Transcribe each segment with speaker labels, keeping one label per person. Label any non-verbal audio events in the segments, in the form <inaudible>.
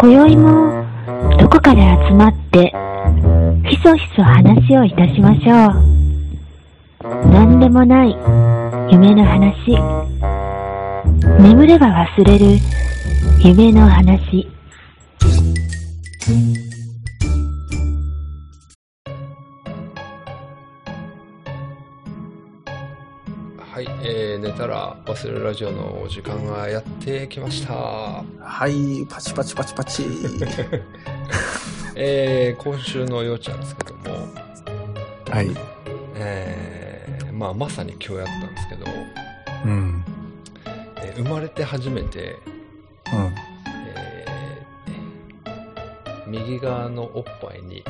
Speaker 1: 今宵もどこかで集まってひそひそ話をいたしましょう何でもない夢の話眠れば忘れる夢の話
Speaker 2: はい、えー、寝たら忘れるラジオのお時間がやってきました。
Speaker 3: はい、パチパチパチパチ。
Speaker 2: えー、今週のようちゃんですけども、
Speaker 3: <laughs> はい。
Speaker 2: えー、まあまさに今日やったんですけど、
Speaker 3: うん。
Speaker 2: えー生まれて初めて、
Speaker 3: うん。
Speaker 2: えー右側のおっぱいに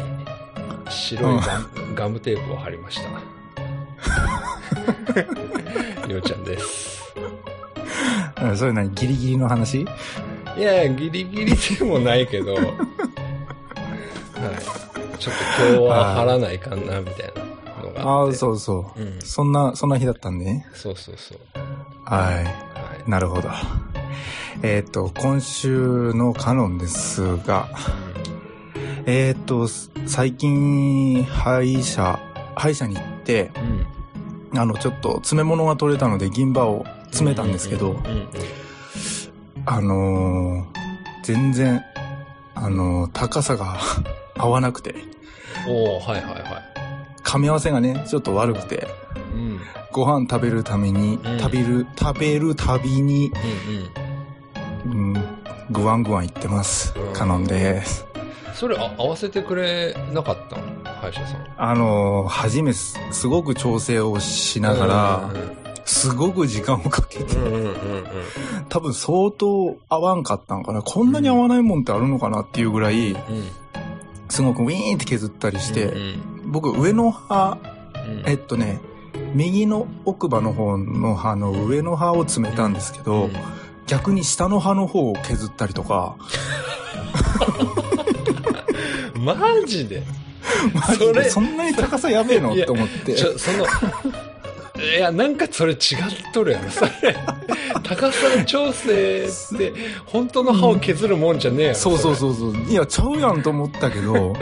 Speaker 2: 白いガム,、ガムテープを貼りました。ようちゃんです。
Speaker 3: うんそれ何ギリギリの話
Speaker 2: いやいや、ギリギリでもないけ
Speaker 3: <laughs>
Speaker 2: ど、はい。ちょっと今日は貼らないかな、みたいなのが
Speaker 3: あ
Speaker 2: あっ
Speaker 3: あ、
Speaker 2: て。。
Speaker 3: そうそう
Speaker 2: ん
Speaker 3: う。。そんな、そんな日だったんでね。
Speaker 2: そうそうそう。
Speaker 3: は
Speaker 2: はい
Speaker 3: い。。なるほど。えっ、と、今週のカノンですが、えっ、と、す最近、歯医者、歯医者に行って、
Speaker 2: うん。うん
Speaker 3: あの、ちょっと詰め物が取れたので銀歯を詰めたんですけど、
Speaker 2: うんうんうん
Speaker 3: あのー全然、あのー高さが <laughs> 合わなくて、
Speaker 2: おおはいはいはい。
Speaker 3: 噛み合わせがね、ちょっと悪くて、
Speaker 2: うん。うんうん。
Speaker 3: ご飯食べるために、
Speaker 2: うん
Speaker 3: 食べる、食べるたびに、うん、ぐわんぐわんいってます
Speaker 2: うん。
Speaker 3: カノンです。
Speaker 2: それあ合わせてくれなかったの歯医者さん。
Speaker 3: あのー初めす、すごく調整をしながら、すごく時間をかけて
Speaker 2: う、んうんうんうんうん
Speaker 3: 多分相当合わんかったんかな。こんなに合わないもんってあるのかなっていうぐらい、
Speaker 2: うん。うん。
Speaker 3: すごくウィーンって削ったりし
Speaker 2: うん
Speaker 3: て、僕上の歯、
Speaker 2: うん。
Speaker 3: えっとね、右の奥歯の方の歯の上の歯を詰めたんですけ
Speaker 2: う
Speaker 3: ど、
Speaker 2: ん
Speaker 3: 逆に下の歯の方を削ったりとか、
Speaker 2: マジで
Speaker 3: マ
Speaker 2: <laughs>
Speaker 3: ジ
Speaker 2: それ
Speaker 3: で <laughs> そんなに高さやべえの
Speaker 2: いや
Speaker 3: と思って
Speaker 2: ち。ょ、その、いや、なんかそれ違っとるやろ、それ。高さ調整って、本当の歯を削るもんじゃねえやろ。
Speaker 3: そうそう
Speaker 2: う。
Speaker 3: そ
Speaker 2: <laughs>
Speaker 3: うそう。いや、ちゃうやんと思ったけど、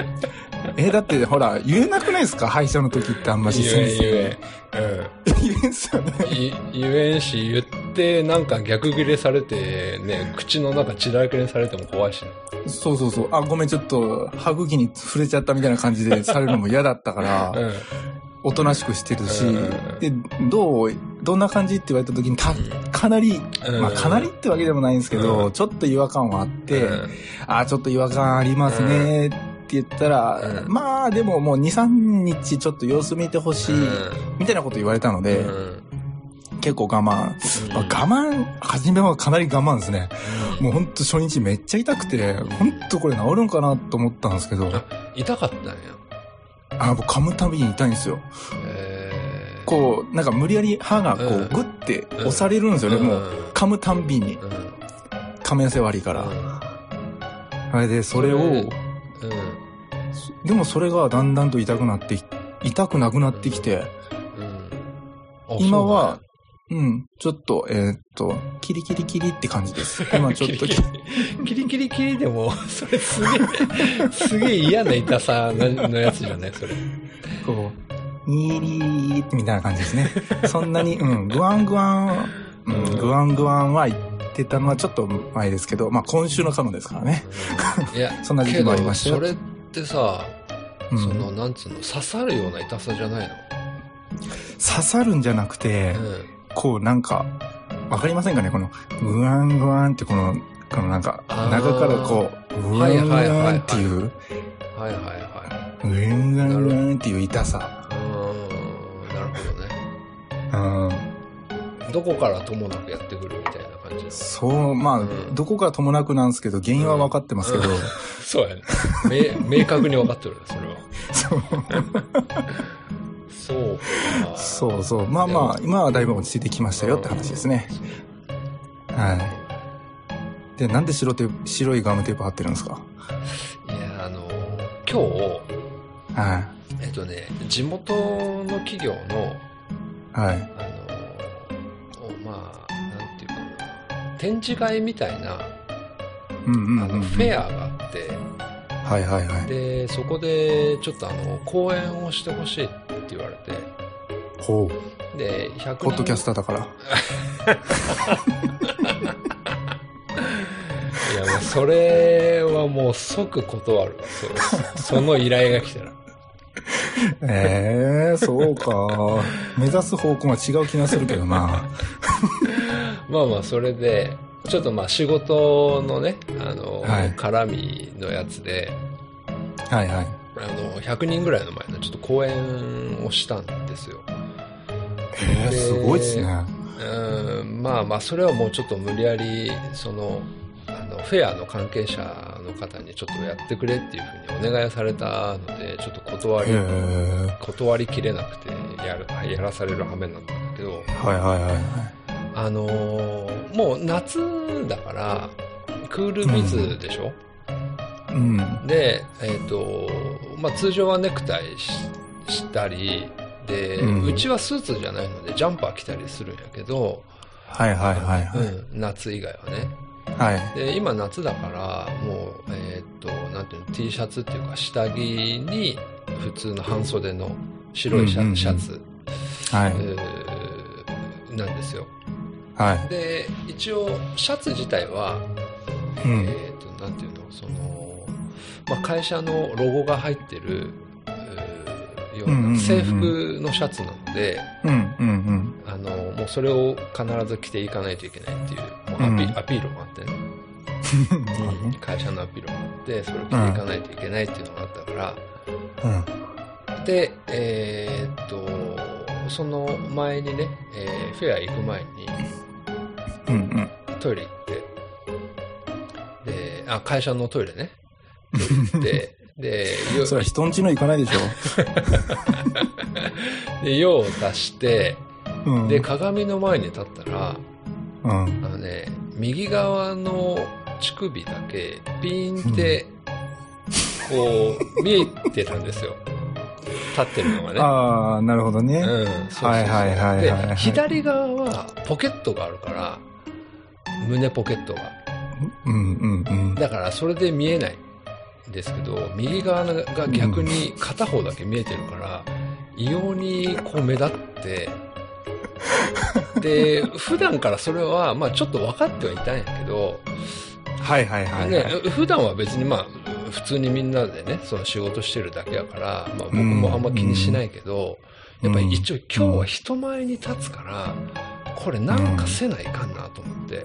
Speaker 3: え、だってほら、言えなくないですか歯医者の時ってあんまし
Speaker 2: 言えん
Speaker 3: 先
Speaker 2: 言
Speaker 3: 生。言えんすよね。
Speaker 2: えん。うん。い言えんし、言って、なんか逆切れされて、ね、口の中ちらくれされても怖いしね。
Speaker 3: そうそうそう。あ、ごめん、ちょっと、歯茎に触れちゃったみたいな感じでされるのも嫌だったから。
Speaker 2: うん。
Speaker 3: おとなしくしてるし、
Speaker 2: うん
Speaker 3: で、どう、どんな感じって言われた時に、た、かなり、
Speaker 2: うん
Speaker 3: まあ、かなりってわけでもないんですけど、
Speaker 2: うん
Speaker 3: ちょっと違和感はあって、
Speaker 2: うん
Speaker 3: ああ、ちょっと違和感ありますね、って言ったら、
Speaker 2: うん
Speaker 3: まあ、でももう2、3日ちょっと様子見てほしい、みたいなこと言われたので、
Speaker 2: うん
Speaker 3: 結構我慢。まあ、我慢、初めはかなり我慢ですね。もうほんと初日めっちゃ痛くて、ほんとこれ治るんかなと思ったんですけど、
Speaker 2: 痛かったんや。
Speaker 3: あ、もう噛むたびに痛いんですよ。
Speaker 2: えー
Speaker 3: こう、なんか無理やり歯がこう、
Speaker 2: うん
Speaker 3: グッて押されるんですよね、もう。噛むたんびに
Speaker 2: う。ん。うん。
Speaker 3: 噛み合わせ悪いから。あれで、それ
Speaker 2: そ
Speaker 3: を、
Speaker 2: うん。うん
Speaker 3: でもそれがだんだんと痛くなってき、痛くなくなってきて、
Speaker 2: うんあ
Speaker 3: 今は、うん、ちょっと、えーっと、キリキリキリって感
Speaker 2: <laughs>
Speaker 3: じです。今ちょっと、
Speaker 2: キリキリキリキリでも、 <laughs> それすげえ、 <laughs> すげえ嫌な痛さののやつじゃないそれ。
Speaker 3: こう、ニーリーってみたいな感じですね。そんなに、うん、グワングワン、う
Speaker 2: うん
Speaker 3: ん、グワングワンは言ってたのはちょっと前ですけど、まあ今週のカノですからね。
Speaker 2: い
Speaker 3: <laughs>
Speaker 2: や、
Speaker 3: そんな時
Speaker 2: け
Speaker 3: 期も
Speaker 2: ど
Speaker 3: ありまし
Speaker 2: そ
Speaker 3: たよ。
Speaker 2: れってさ、
Speaker 3: うん
Speaker 2: その、なんつうの、刺さるような痛さじゃないの
Speaker 3: 刺さるんじゃなくて、
Speaker 2: うん。
Speaker 3: こうなんか、わかりませんかねこの、グワングワンってこの、このなんか、
Speaker 2: あー
Speaker 3: 中からこう、グワングワンっていう、
Speaker 2: はいはいは
Speaker 3: グワングワングワンっていう痛さ。
Speaker 2: い。うーん、なるほどね。
Speaker 3: うん。
Speaker 2: どこからともなくやってくるみたいな感じの。
Speaker 3: そう、ま
Speaker 2: う
Speaker 3: あ、
Speaker 2: ん
Speaker 3: どこかともなくなんですけど、原因はわかってますけど、
Speaker 2: う <laughs> そうやね。明明確に分かってるね、それは。
Speaker 3: そう、 <laughs>
Speaker 2: そうか。
Speaker 3: そうそう。まあまあ、今はだいぶ落ち着いてきましたよって話ですね。はい。で、なんで白テープ白いガムテープ貼ってるんですか
Speaker 2: いや、あの、今
Speaker 3: は
Speaker 2: 日、えっとね、地元の企業の、
Speaker 3: い。はい。
Speaker 2: あの、おまあ、なんていうかな、展示会みたいな
Speaker 3: うんうん
Speaker 2: あ
Speaker 3: うんう
Speaker 2: の
Speaker 3: ん
Speaker 2: フェアがあって、
Speaker 3: はいはいはい。
Speaker 2: で、そこでちょっとあの、講演をしてほしいって言われて、
Speaker 3: ほう。
Speaker 2: で、100年
Speaker 3: ポッドキャスターだから。
Speaker 2: いや、もうそれはもう即断る。
Speaker 3: <laughs>
Speaker 2: そその依頼が来たら。
Speaker 3: ええそう
Speaker 2: <laughs>
Speaker 3: か。目指す方向が違う気がするけどな。
Speaker 2: まあまあ、それで、ちょっとまあ仕事のね、あの、
Speaker 3: はい
Speaker 2: 絡みのやつで、
Speaker 3: はいはい。
Speaker 2: あの、100人ぐらいの前のちょっと講演をしたんですよ。
Speaker 3: ええすごいですね。
Speaker 2: うん、まあまあ、それはもうちょっと無理やり、その、あの、フェアの関係者の方にちょっとやってくれっていうふうにお願いされたので、ちょっと断
Speaker 3: ええ
Speaker 2: り、断りきれなくてやる、やらされる羽目になったんだけど、
Speaker 3: はいはいはいはい。
Speaker 2: あのーもう夏だから、クールビズでしょ、
Speaker 3: うん。
Speaker 2: で、えっ、と、まあ、通常はネクタイししたり、で、う
Speaker 3: うん
Speaker 2: ちはスーツじゃないのでジャンパー着たりするんやけど、
Speaker 3: はいはいはいは
Speaker 2: うん、夏以外はね。
Speaker 3: い。はい。
Speaker 2: で、今夏だから、もう、えっ、と、なんていうの、T シャツっていうか下着に普通の半袖の白いシャ,、
Speaker 3: うんうんうん
Speaker 2: シャツ、
Speaker 3: は
Speaker 2: え
Speaker 3: い。
Speaker 2: ーなんですよ。
Speaker 3: はい。
Speaker 2: で、一応、シャツ自体は、
Speaker 3: うん。
Speaker 2: えっ、と、なんていうの、その、まあ、会社のロゴが入ってる、えーよう
Speaker 3: うんうんうんう
Speaker 2: なん制服のシャツなので、
Speaker 3: うんうんうん。
Speaker 2: あの、もうそれを必ず着ていかないといけないっていう、もうアピ,、
Speaker 3: うん
Speaker 2: アピールもあってね、会社のアピールもあって、それを着ていかないといけないっていうのがあったから、
Speaker 3: うん。
Speaker 2: で、えーっと、その前にね、えーフェア行く前に
Speaker 3: うん
Speaker 2: トイレ行って、で、あ、会社のトイレね、行って、で、
Speaker 3: う <laughs>
Speaker 2: よ
Speaker 3: ん。それは人んちの行かないでし
Speaker 2: で、用を足して、
Speaker 3: ょ。うん。
Speaker 2: で、鏡の前に立ったら、
Speaker 3: うん。
Speaker 2: あのね、右側の乳首だけ、ピーンって、こう、見えてたんですよ。立ってるのがね。
Speaker 3: ああ、なるほどね。
Speaker 2: うん、そうそうそう
Speaker 3: はいはいはいはいはい
Speaker 2: で、左側はポケットがあるから、胸ポケットが。
Speaker 3: うんうんうん。
Speaker 2: だから、それで見えないんですけど、右側が逆に片方だけ見えてるから、異様にこう目立って、で、普段からそれは、まあちょっと分かってはいたんやけど、
Speaker 3: はいはいはいはい。
Speaker 2: ね、普段は別にまあ、普通にみんなでね、その仕事してるだけやから、まあ僕もあんま気にしないけど、
Speaker 3: うん
Speaker 2: やっぱり一応今日は人前に立つから、これなんかせないかんなと思って。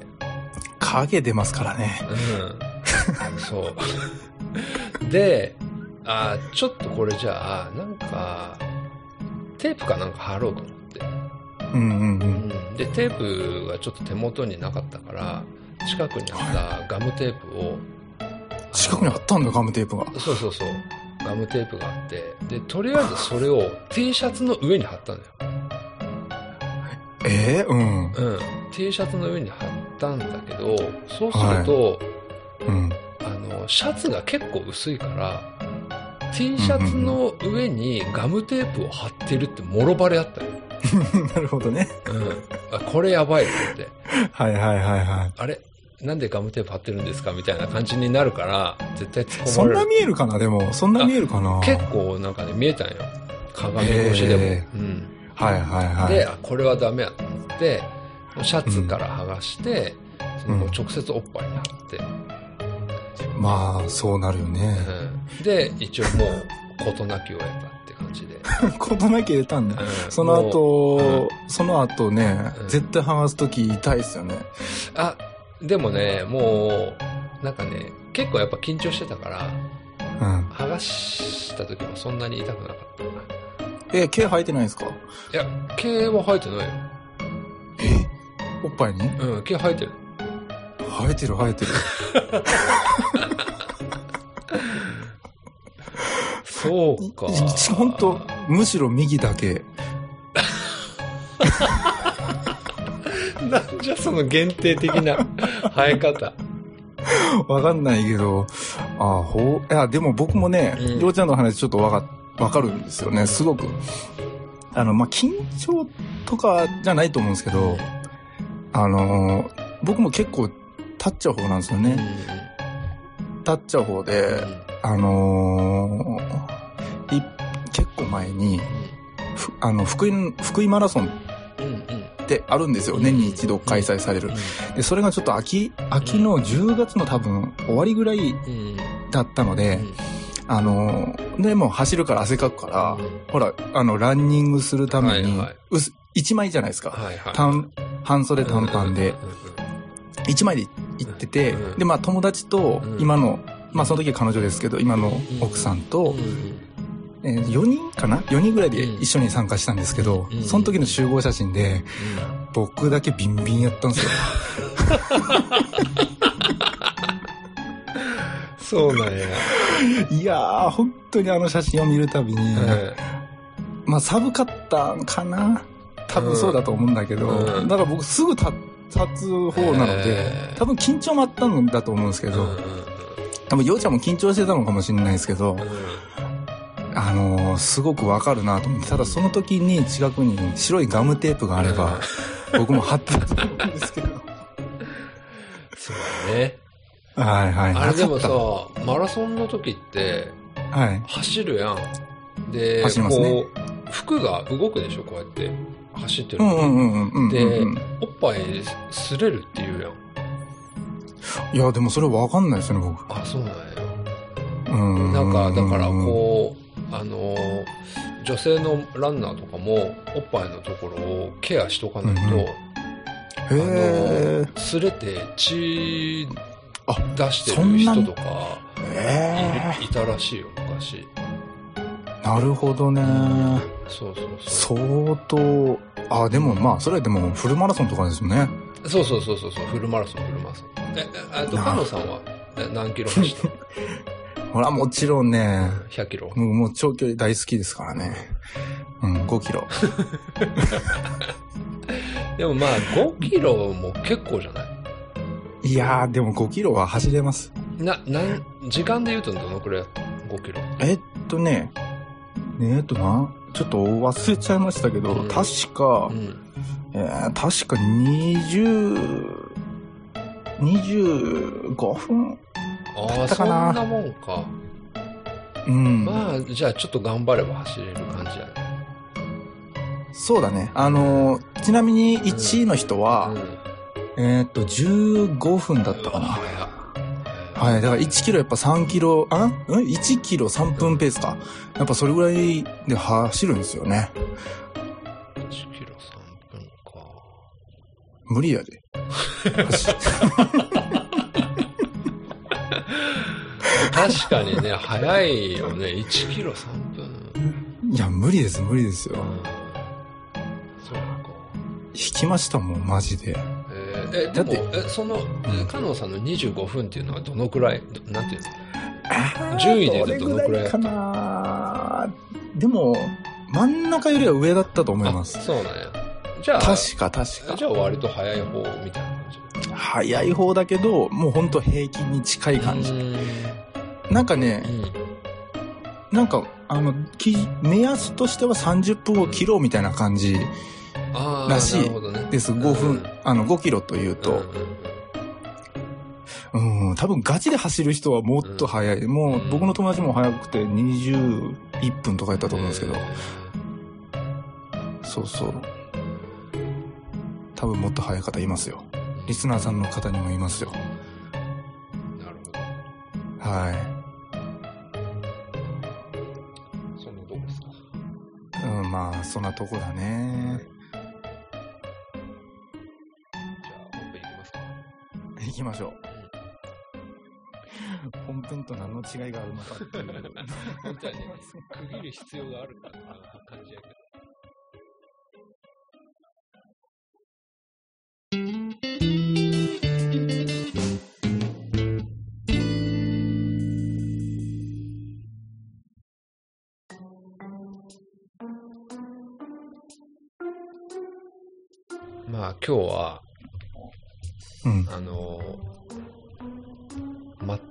Speaker 3: 影出ますからね。
Speaker 2: うん。そう。
Speaker 3: <laughs>
Speaker 2: で、あーちょっとこれじゃあ、なんか、テープかなんか貼ろうと思って。
Speaker 3: うん
Speaker 2: う
Speaker 3: うんう。
Speaker 2: んん。で、テープがちょっと手元になかったから、近くにあったガムテープを、
Speaker 3: 近くにあったんだ、ガムテープが。
Speaker 2: そうそうそう。ガムテープがあって、で、とりあえずそれを T シャツの上に貼ったんだよ。
Speaker 3: ええうん。
Speaker 2: うん。T シャツの上に貼ったんだけど、そうすると、
Speaker 3: うん。 <laughs>
Speaker 2: あの、シャツが結構薄いから、T シャツの上にガムテープを貼ってるってもろバレあったよ。
Speaker 3: なるほどね。
Speaker 2: うん。あ、これやばいと思って。
Speaker 3: はいはいはいはい。
Speaker 2: あれなんでガムテープ貼ってるんですかみたいな感じになるから、絶対突っ
Speaker 3: そ
Speaker 2: 込
Speaker 3: ん
Speaker 2: まれ
Speaker 3: な
Speaker 2: る。
Speaker 3: 見えるかな、でも。そんな見えるかな。
Speaker 2: 結構なんかね、見えたんよ。鏡越しでも。
Speaker 3: へ
Speaker 2: うん。
Speaker 3: はいはいはい。
Speaker 2: で、あこれはダメやと思って、もうシャツから剥がして、そのもう直接おっぱいに貼って、
Speaker 3: まあ、そうなるよね。
Speaker 2: うんで、一応もう事なきを得たって感じで。
Speaker 3: <laughs> ことなき入れたんだ。
Speaker 2: うん
Speaker 3: その
Speaker 2: もう
Speaker 3: 後、その後ね、
Speaker 2: うん
Speaker 3: 絶対剥がすとき痛いですよね。
Speaker 2: あ、でもね、もう、なんかね、結構やっぱ緊張してたから、
Speaker 3: うん。
Speaker 2: 剥がした時もそんなに痛くなかった。い
Speaker 3: え、毛生えてないんですか
Speaker 2: や、毛は生えてないよ。
Speaker 3: おっぱいに
Speaker 2: うん、毛生えてる。
Speaker 3: 生えてる生えてる。
Speaker 2: そうか。
Speaker 3: 本当むしろ右だけ。 <laughs>
Speaker 2: なんじゃその限定的
Speaker 3: <laughs>
Speaker 2: な生え方。
Speaker 3: わかんないけど、あほう、いや、でも僕もね、
Speaker 2: うん
Speaker 3: りょうちゃんの話ちょっとわか、わかるんですよね、すごく。あの、まあ、緊張とかじゃないと思うんですけど、あのー僕も結構立っちゃう方なんですよ
Speaker 2: うん
Speaker 3: ね。タッチャー方で、あのーい結構前に、ふあの、福井、福井マラソン
Speaker 2: うんうんうん
Speaker 3: ってあるんですよ。年に一度開催される。で、それがちょっと秋、秋の10月の多分終わりぐらい
Speaker 2: うんうん
Speaker 3: だったの
Speaker 2: う
Speaker 3: で、
Speaker 2: ん
Speaker 3: あのーで、もう走るから汗かくから、ほら、あの、ランニングするため
Speaker 2: はい
Speaker 3: に
Speaker 2: はい、
Speaker 3: 薄1枚じゃないですか。
Speaker 2: はいはい
Speaker 3: 短半袖短パンで
Speaker 2: う、んうんうん
Speaker 3: 1枚で行ってて
Speaker 2: う、ん
Speaker 3: で、まあ友達と
Speaker 2: う、ん
Speaker 3: 今の、まあその時は彼女ですけど、今の奥さんと、えー4人かな ?4 人ぐらいで一緒に参加したんですけど、
Speaker 2: うん
Speaker 3: その時の集合写真で、僕だけビンビンやったんですよ。
Speaker 2: そうなんや。
Speaker 3: いやー、本当にあの写真を見るたびに、
Speaker 2: は
Speaker 3: まあ寒かったんかな多分そうだと思うんだけど、
Speaker 2: うん
Speaker 3: だから僕すぐ立立つ方なので、
Speaker 2: へー
Speaker 3: 多分緊張もあったんだと思うんですけ
Speaker 2: い
Speaker 3: ど、多分ようちゃんも緊張してたのかもしれないですけど、あのーすごくわかるなと思って、ただその時に近くに白いガムテープがあれば、僕も貼ってたと思うんですけど。
Speaker 2: <laughs> そうだね。
Speaker 3: はいはい。
Speaker 2: あれでも
Speaker 3: なかっ
Speaker 2: さ、マラソンの時って、
Speaker 3: た。はい。
Speaker 2: 走るやん。で、
Speaker 3: 走りますね
Speaker 2: こう、服が動くでしょ、こうやって。走ってる
Speaker 3: う
Speaker 2: 時
Speaker 3: んうんうんうんうんうん。
Speaker 2: でおっぱい擦れるって言うやん。
Speaker 3: いや、でもそれわかんないですね、僕。
Speaker 2: あ、そうなんや。
Speaker 3: うん。
Speaker 2: なんか、だから、こう、あのー、女性のランナーとかも、おっぱいのところをケアしとかないと、あ
Speaker 3: うんうんうん。
Speaker 2: の
Speaker 3: へ
Speaker 2: ー、擦れて血
Speaker 3: あ
Speaker 2: 出して
Speaker 3: そ
Speaker 2: る
Speaker 3: んな
Speaker 2: 人
Speaker 3: に
Speaker 2: とか、
Speaker 3: え。え
Speaker 2: いるいたらしいよ、昔。
Speaker 3: え。なるほどね。
Speaker 2: そうそうそ
Speaker 3: 相当、あ、でもまあ、それはでもフルマラソンとかですよね。
Speaker 2: う。そうそうそうそうそう、フルマラソン、フルマラソン。え、ええっと、
Speaker 3: な
Speaker 2: カノンさんはえ何キロ走ったの
Speaker 3: ほら、もちろんね、
Speaker 2: ?100 キ
Speaker 3: <laughs>
Speaker 2: ロ。
Speaker 3: もうもう長距離大好きですからね。うん、5キロ。
Speaker 2: でもまあ、5キロも結構じゃない
Speaker 3: いやー、でも5キロは走れます。
Speaker 2: な、なん、時間で言うとどのくらい ?5 キロ。
Speaker 3: えっとね、ねえっとな、ちょっと忘れちゃいましたけど、
Speaker 2: うん
Speaker 3: 確か、
Speaker 2: うん。
Speaker 3: えー確か20、25分
Speaker 2: あ
Speaker 3: だ
Speaker 2: あ、
Speaker 3: っ
Speaker 2: そ
Speaker 3: たか
Speaker 2: ん
Speaker 3: な
Speaker 2: なもんか。
Speaker 3: うん。
Speaker 2: まあ、じゃあちょっと頑張れば走れる感じやね。
Speaker 3: そうだね。あのーちなみに1位の人は、えーっと、15分だったかな。
Speaker 2: な
Speaker 3: はい。だから1キロやっぱ3キロ、あん ?1 キロ3分ペースか。やっぱそれぐらいで走るんですよね。
Speaker 2: 1キロ3分か。
Speaker 3: 無理やで。走
Speaker 2: 確かにね、 <laughs> 早いよね。1キロ3分。
Speaker 3: いや、無理です、無理ですよ。
Speaker 2: そうか。
Speaker 3: 引きましたもん、マジで。
Speaker 2: えーえ、
Speaker 3: だ
Speaker 2: で
Speaker 3: っ
Speaker 2: も
Speaker 3: て、
Speaker 2: え、その、
Speaker 3: ん
Speaker 2: カノンさんの25分っていうのはどのくらい、どなんていうの順位
Speaker 3: 順位
Speaker 2: で
Speaker 3: で
Speaker 2: 言うとど
Speaker 3: ど
Speaker 2: の
Speaker 3: の
Speaker 2: く
Speaker 3: く
Speaker 2: らい
Speaker 3: らいかなでも、真ん中よりは上だったと思います
Speaker 2: あ。そうなんや。じゃあ、
Speaker 3: 確か確か。
Speaker 2: じゃあ割と早い方みたいな感じ。
Speaker 3: 早い方だけど、もうほんと平均に近い感じ
Speaker 2: う。ん
Speaker 3: なんかね、なんか、あの、き目安としては30分を切ろうみたいな感じ
Speaker 2: ああ、
Speaker 3: らしい
Speaker 2: なるほどね。
Speaker 3: です。5
Speaker 2: う
Speaker 3: 分
Speaker 2: ん、
Speaker 3: あの、5キロという
Speaker 2: う
Speaker 3: と
Speaker 2: ん。うんうん
Speaker 3: うん、多分ガチで走る人はもっと早い。もう僕の友達も早くて21分とかやったと思うんですけど
Speaker 2: え。
Speaker 3: そうそう。多分もっと早い方いますよ。
Speaker 2: ー
Speaker 3: リスナーさんの方にもいますよ。
Speaker 2: なるほど。
Speaker 3: は
Speaker 2: そんなとこですか。
Speaker 3: い。うん、まあ、そんなとこだね。
Speaker 2: じゃあ、本編いきますか。
Speaker 3: <laughs> 行きましょう。本編と何の違いがあるのかっていう。
Speaker 2: 本当はね、 <laughs> 区切る必要があるんだなって感じやけど。まあ今日は、
Speaker 3: うん。
Speaker 2: あの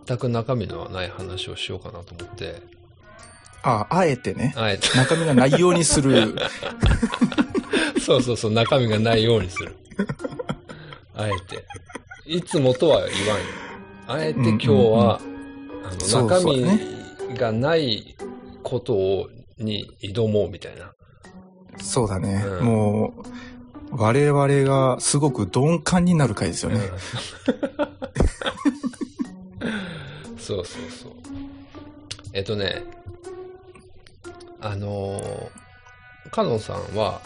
Speaker 2: 全く中身のない話をしようかなと思って、
Speaker 3: あ、あえてね。
Speaker 2: あえて
Speaker 3: 中身がないようにす <laughs> る。
Speaker 2: そうそうそう、中身がないようにする。あえて。いつもとは言わんよ。あえて今日は、あの
Speaker 3: そうそう
Speaker 2: 中身がないことをに挑もうみたいな。
Speaker 3: そうだね。
Speaker 2: うん
Speaker 3: もう、我々がすごく鈍感になる回ですよ
Speaker 2: う
Speaker 3: ね。
Speaker 2: んそうそうそう。えっとね、あのーカノンさんは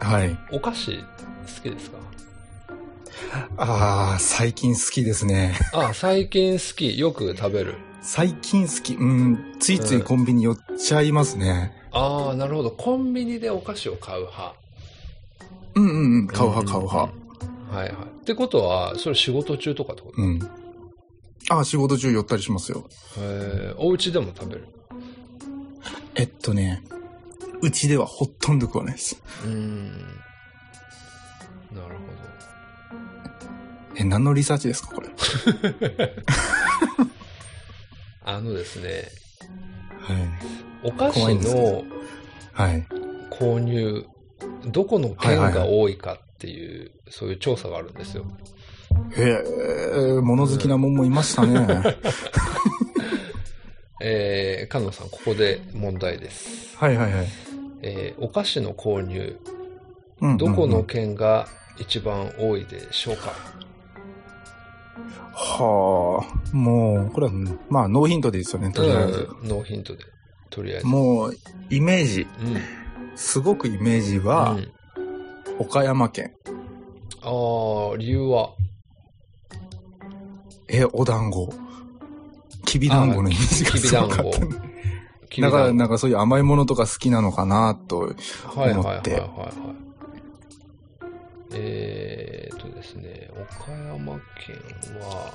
Speaker 3: はい。
Speaker 2: お菓子好きですか
Speaker 3: ああ、最近好きですね。
Speaker 2: あ、最近好き。よく食べる。
Speaker 3: 最近好き。うん、ついついコンビニ寄っちゃいますね。
Speaker 2: ああ、なるほど。コンビニでお菓子を買う派。
Speaker 3: うんうんうん、買う派買う派。
Speaker 2: うん。はいはい。ってことは、それ仕事中とかってこと
Speaker 3: うん。ああ、仕事中寄ったりしますよ。
Speaker 2: へーお家でも食べる。
Speaker 3: えっとね、うちではほとんど食わないです。
Speaker 2: うん。なる
Speaker 3: え、何のリサーチですか、これ。
Speaker 2: ほど。あのですね、
Speaker 3: はい。
Speaker 2: お菓
Speaker 3: 怖い
Speaker 2: 子
Speaker 3: んですけ
Speaker 2: の
Speaker 3: どはい。
Speaker 2: 購入、どこの県が多いかっていう、そういう調査があるんですよ。
Speaker 3: へえ、物好きなもんもいました
Speaker 2: <laughs>
Speaker 3: ね。
Speaker 2: えー、菅野さん、ここで問題です。
Speaker 3: はいはいはい。
Speaker 2: えーお菓子の購入、
Speaker 3: うんうんうん
Speaker 2: どこの県が一番多いでしょうか、
Speaker 3: はあ、もう、これは、うんまあ、ノーヒントでいいですよね、とりあえず。
Speaker 2: うんノーヒントで、とりあえず。
Speaker 3: もう、イメージ、
Speaker 2: うん。
Speaker 3: すごくイメージ
Speaker 2: う
Speaker 3: は、
Speaker 2: ん
Speaker 3: 岡山県。
Speaker 2: あー、理由は
Speaker 3: え、お団子。きび団子のイメージが
Speaker 2: きび
Speaker 3: す
Speaker 2: 団
Speaker 3: ご
Speaker 2: 子
Speaker 3: かった <laughs> ね、
Speaker 2: きび団
Speaker 3: だ
Speaker 2: 子
Speaker 3: から、なんかそういう甘いものとか好きなのかな、と。
Speaker 2: はいはいはい
Speaker 3: 思って
Speaker 2: はいはい。えーっとですね、岡山県は、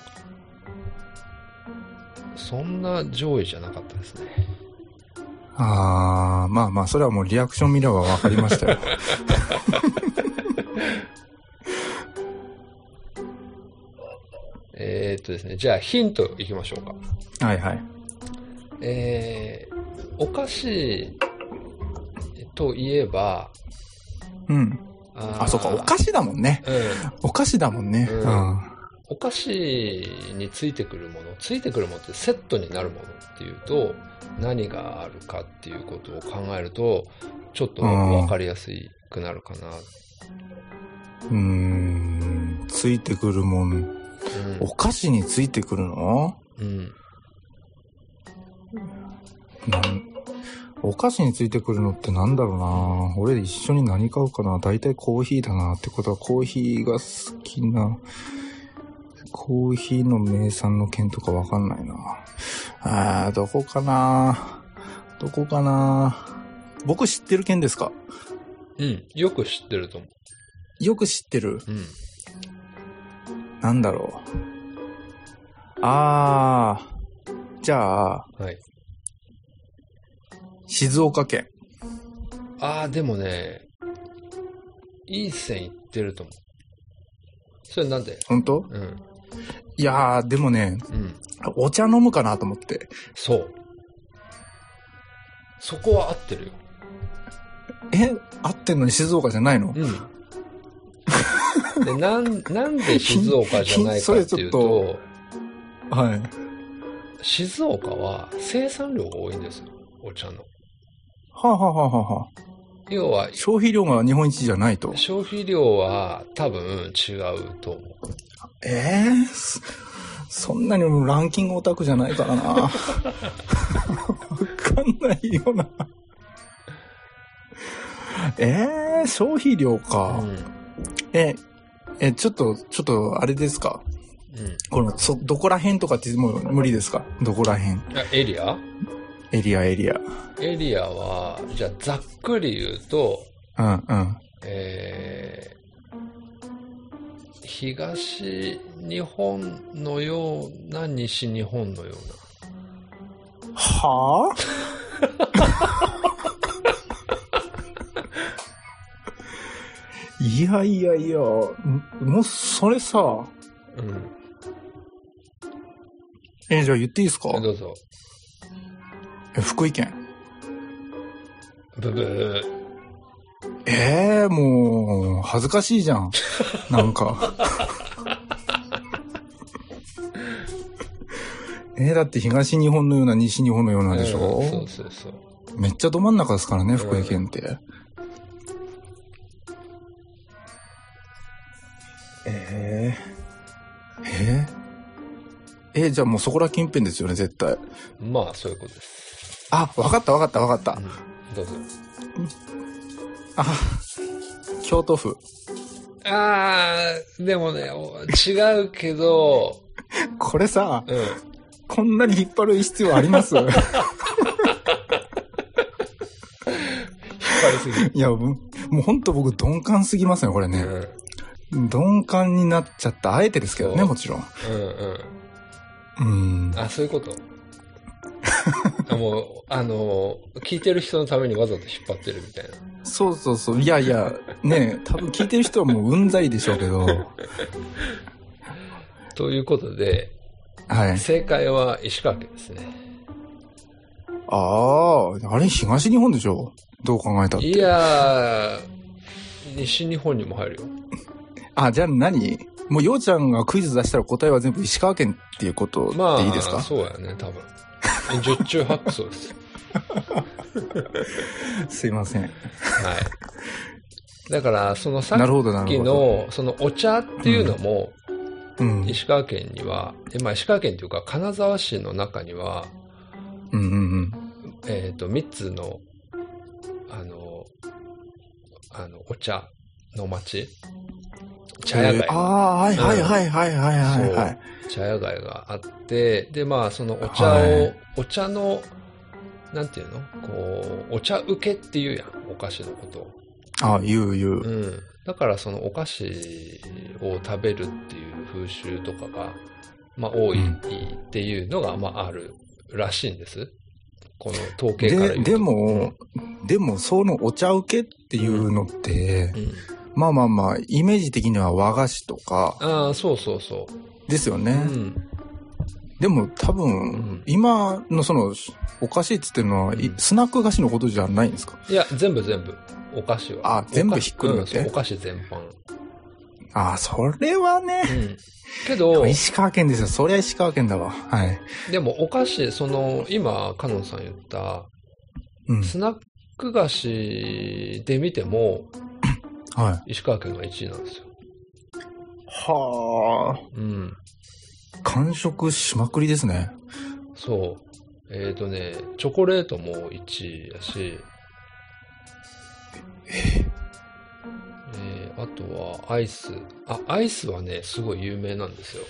Speaker 2: そんな上位じゃなかったですね。
Speaker 3: ああ、まあまあ、それはもうリアクション見ればわかり
Speaker 2: <laughs>
Speaker 3: ましたよ。
Speaker 2: えーっとですね、じゃあヒントいきましょうか。
Speaker 3: はいはい。
Speaker 2: えー、お菓子といえば、
Speaker 3: うん。
Speaker 2: あ
Speaker 3: あ、そうか、お菓
Speaker 2: 子
Speaker 3: 子だもんね。
Speaker 2: うん、
Speaker 3: お菓子だもんね。
Speaker 2: うん
Speaker 3: うん。
Speaker 2: お菓子についてくるものついてくるものってセットになるものっていうと何があるかっていうことを考えるとちょっと分かりやすくなるかな、
Speaker 3: うーん、ついてくるもん。
Speaker 2: うん
Speaker 3: お菓子についてくるの
Speaker 2: うん
Speaker 3: なんお菓子についてくるのってなんだろうな俺一緒に何買うかな大体コーヒーだなってことはコーヒーが好きな、コーヒーの名産の県とかわかんないなあーどこかなどこかな僕知ってる県ですか
Speaker 2: うん、よく知ってると思
Speaker 3: よく知ってる。
Speaker 2: う、うん、
Speaker 3: なんだろう。あー、じゃあ、
Speaker 2: はい
Speaker 3: 静岡県。
Speaker 2: ああでもねいい線いってると思うそれなんで
Speaker 3: 本当
Speaker 2: うん
Speaker 3: いやー、でもね、
Speaker 2: うん
Speaker 3: お茶飲むかなと思って。
Speaker 2: そうそこは合ってるよ
Speaker 3: え合ってんのに静岡じゃないの
Speaker 2: うん。で、なん、なんで静岡じゃないかっていうと、
Speaker 3: <laughs> そはい。
Speaker 2: 静岡は生産量が多いんですよ、お茶の。
Speaker 3: はあ、はあはあはあはあ、
Speaker 2: 要は、
Speaker 3: 消費量が日本一じゃないと。
Speaker 2: 消費量は多分違うと思う。
Speaker 3: ええそそんなにもうランキングオタクじゃないからな。 <laughs> わかんないよな。ええ消費量か。
Speaker 2: うん。
Speaker 3: え、え、ちょっと、ちょっと、あれですか
Speaker 2: うん
Speaker 3: この、そ、どこら辺とかってもう無理ですかどこら辺
Speaker 2: あエリア
Speaker 3: エリア、エリア。
Speaker 2: エリアは、じゃあざっくり言うと、
Speaker 3: うん、うん。
Speaker 2: えー、東日本のような、西日本のような。
Speaker 3: はあ <laughs> いやいやいや、んもうそれ
Speaker 2: う
Speaker 3: さ、
Speaker 2: ん。
Speaker 3: え、じゃあ言っていいですか
Speaker 2: どうぞ。
Speaker 3: え福井県。
Speaker 2: ブブー。
Speaker 3: えー、もう、恥ずかしいじ
Speaker 2: <laughs>
Speaker 3: ゃん。なんか。えーだって東日本のような西日本のようなでしょ、
Speaker 2: うんそうそうそう。
Speaker 3: めっちゃど真ん中ですからね、福井県って。えー、えー、えーじゃあもうそこら近辺ですよね、絶対。
Speaker 2: まあ、そういうことです。
Speaker 3: あ、わかったわかったわかった。
Speaker 2: うん、どうぞ。
Speaker 3: あ、京都府。
Speaker 2: あー、でもね、お違うけど、
Speaker 3: これさ、
Speaker 2: うん。
Speaker 3: こんなに引っ張る必要あります
Speaker 2: <laughs> 光りすぎる。
Speaker 3: いや、もうもうほんと僕鈍感すぎますね、これ
Speaker 2: う
Speaker 3: ね。
Speaker 2: ん。
Speaker 3: 鈍感になっちゃった。あえてですけどね、
Speaker 2: そう
Speaker 3: もちろん。
Speaker 2: うんうん。
Speaker 3: うん。
Speaker 2: あ、そういうこと。 <laughs> あもう、あの、聞いてる人のためにわざと引っ張ってるみたいな。
Speaker 3: そうそうそう。いやいや、ねえ多分聞いてる人はもううんざりでしょうけ <laughs> ど。
Speaker 2: ということで、
Speaker 3: はい。
Speaker 2: 正解は石川県ですね。
Speaker 3: ああ、あれ東日本でしょどう考えたって。
Speaker 2: いやー、西日本にも入るよ。
Speaker 3: あ、じゃあ何もうようちゃんがクイズ出したら答えは全部石川県っていうこと
Speaker 2: まあ、
Speaker 3: でいいですか、
Speaker 2: そうやね、多分。十中八九そうです。
Speaker 3: すいません。
Speaker 2: はい。だから、そのさ
Speaker 3: なる
Speaker 2: っ
Speaker 3: ほど、なる
Speaker 2: き
Speaker 3: ほど。
Speaker 2: の、そのお茶っていうのも、
Speaker 3: うん。うん
Speaker 2: 石川県には、えまあ石川県というか、金沢市の中には、
Speaker 3: うんうん。
Speaker 2: えっ、と、3つの、あの、あの、お茶の町茶屋街
Speaker 3: えー、ああー、はいはいはいはいはいはい、はい。
Speaker 2: 茶屋街があって、で、まあ、そのお茶を、
Speaker 3: はい
Speaker 2: お茶の、なんていうのこう、お茶受けっていうやん、お菓子のことを。
Speaker 3: あ、言う言う。
Speaker 2: うん。だから、そのお菓子を食べるっていう風習とかが、まあ、多い
Speaker 3: うん
Speaker 2: っていうのが、まあ、あるらしいんです。この統計から言う
Speaker 3: で、
Speaker 2: と。
Speaker 3: でも、でも、そのお茶受けっていうのって、
Speaker 2: うん、
Speaker 3: まあまあまあ、イメージ的には和菓子とか
Speaker 2: ああ、そうそうそ
Speaker 3: ですよ
Speaker 2: う。う
Speaker 3: ね。
Speaker 2: ん。
Speaker 3: でも多分、
Speaker 2: ん
Speaker 3: 今のその、お菓子って言ってるのは、い
Speaker 2: うん
Speaker 3: スナック菓子のことじゃないんですか
Speaker 2: いや、全部全部。お菓子は。
Speaker 3: あ全部ひっくるめて
Speaker 2: うんそうお菓子全般。
Speaker 3: ああ、それはね。
Speaker 2: う
Speaker 3: <laughs>
Speaker 2: ん。けど、
Speaker 3: 石川県ですよ。そりゃ石川県だわ。はい。
Speaker 2: でもお菓子、その、今、カノンさん言った、
Speaker 3: うん。
Speaker 2: スナック菓子で見ても、
Speaker 3: はい。
Speaker 2: 石川県が1位なんですよ。
Speaker 3: は
Speaker 2: うん。
Speaker 3: あ。完食しまくりですね。
Speaker 2: そう。えっ、とね、チョコレートも1位やし、えーあとはアイス。あ、アイスはね、すごい有名なんですよ。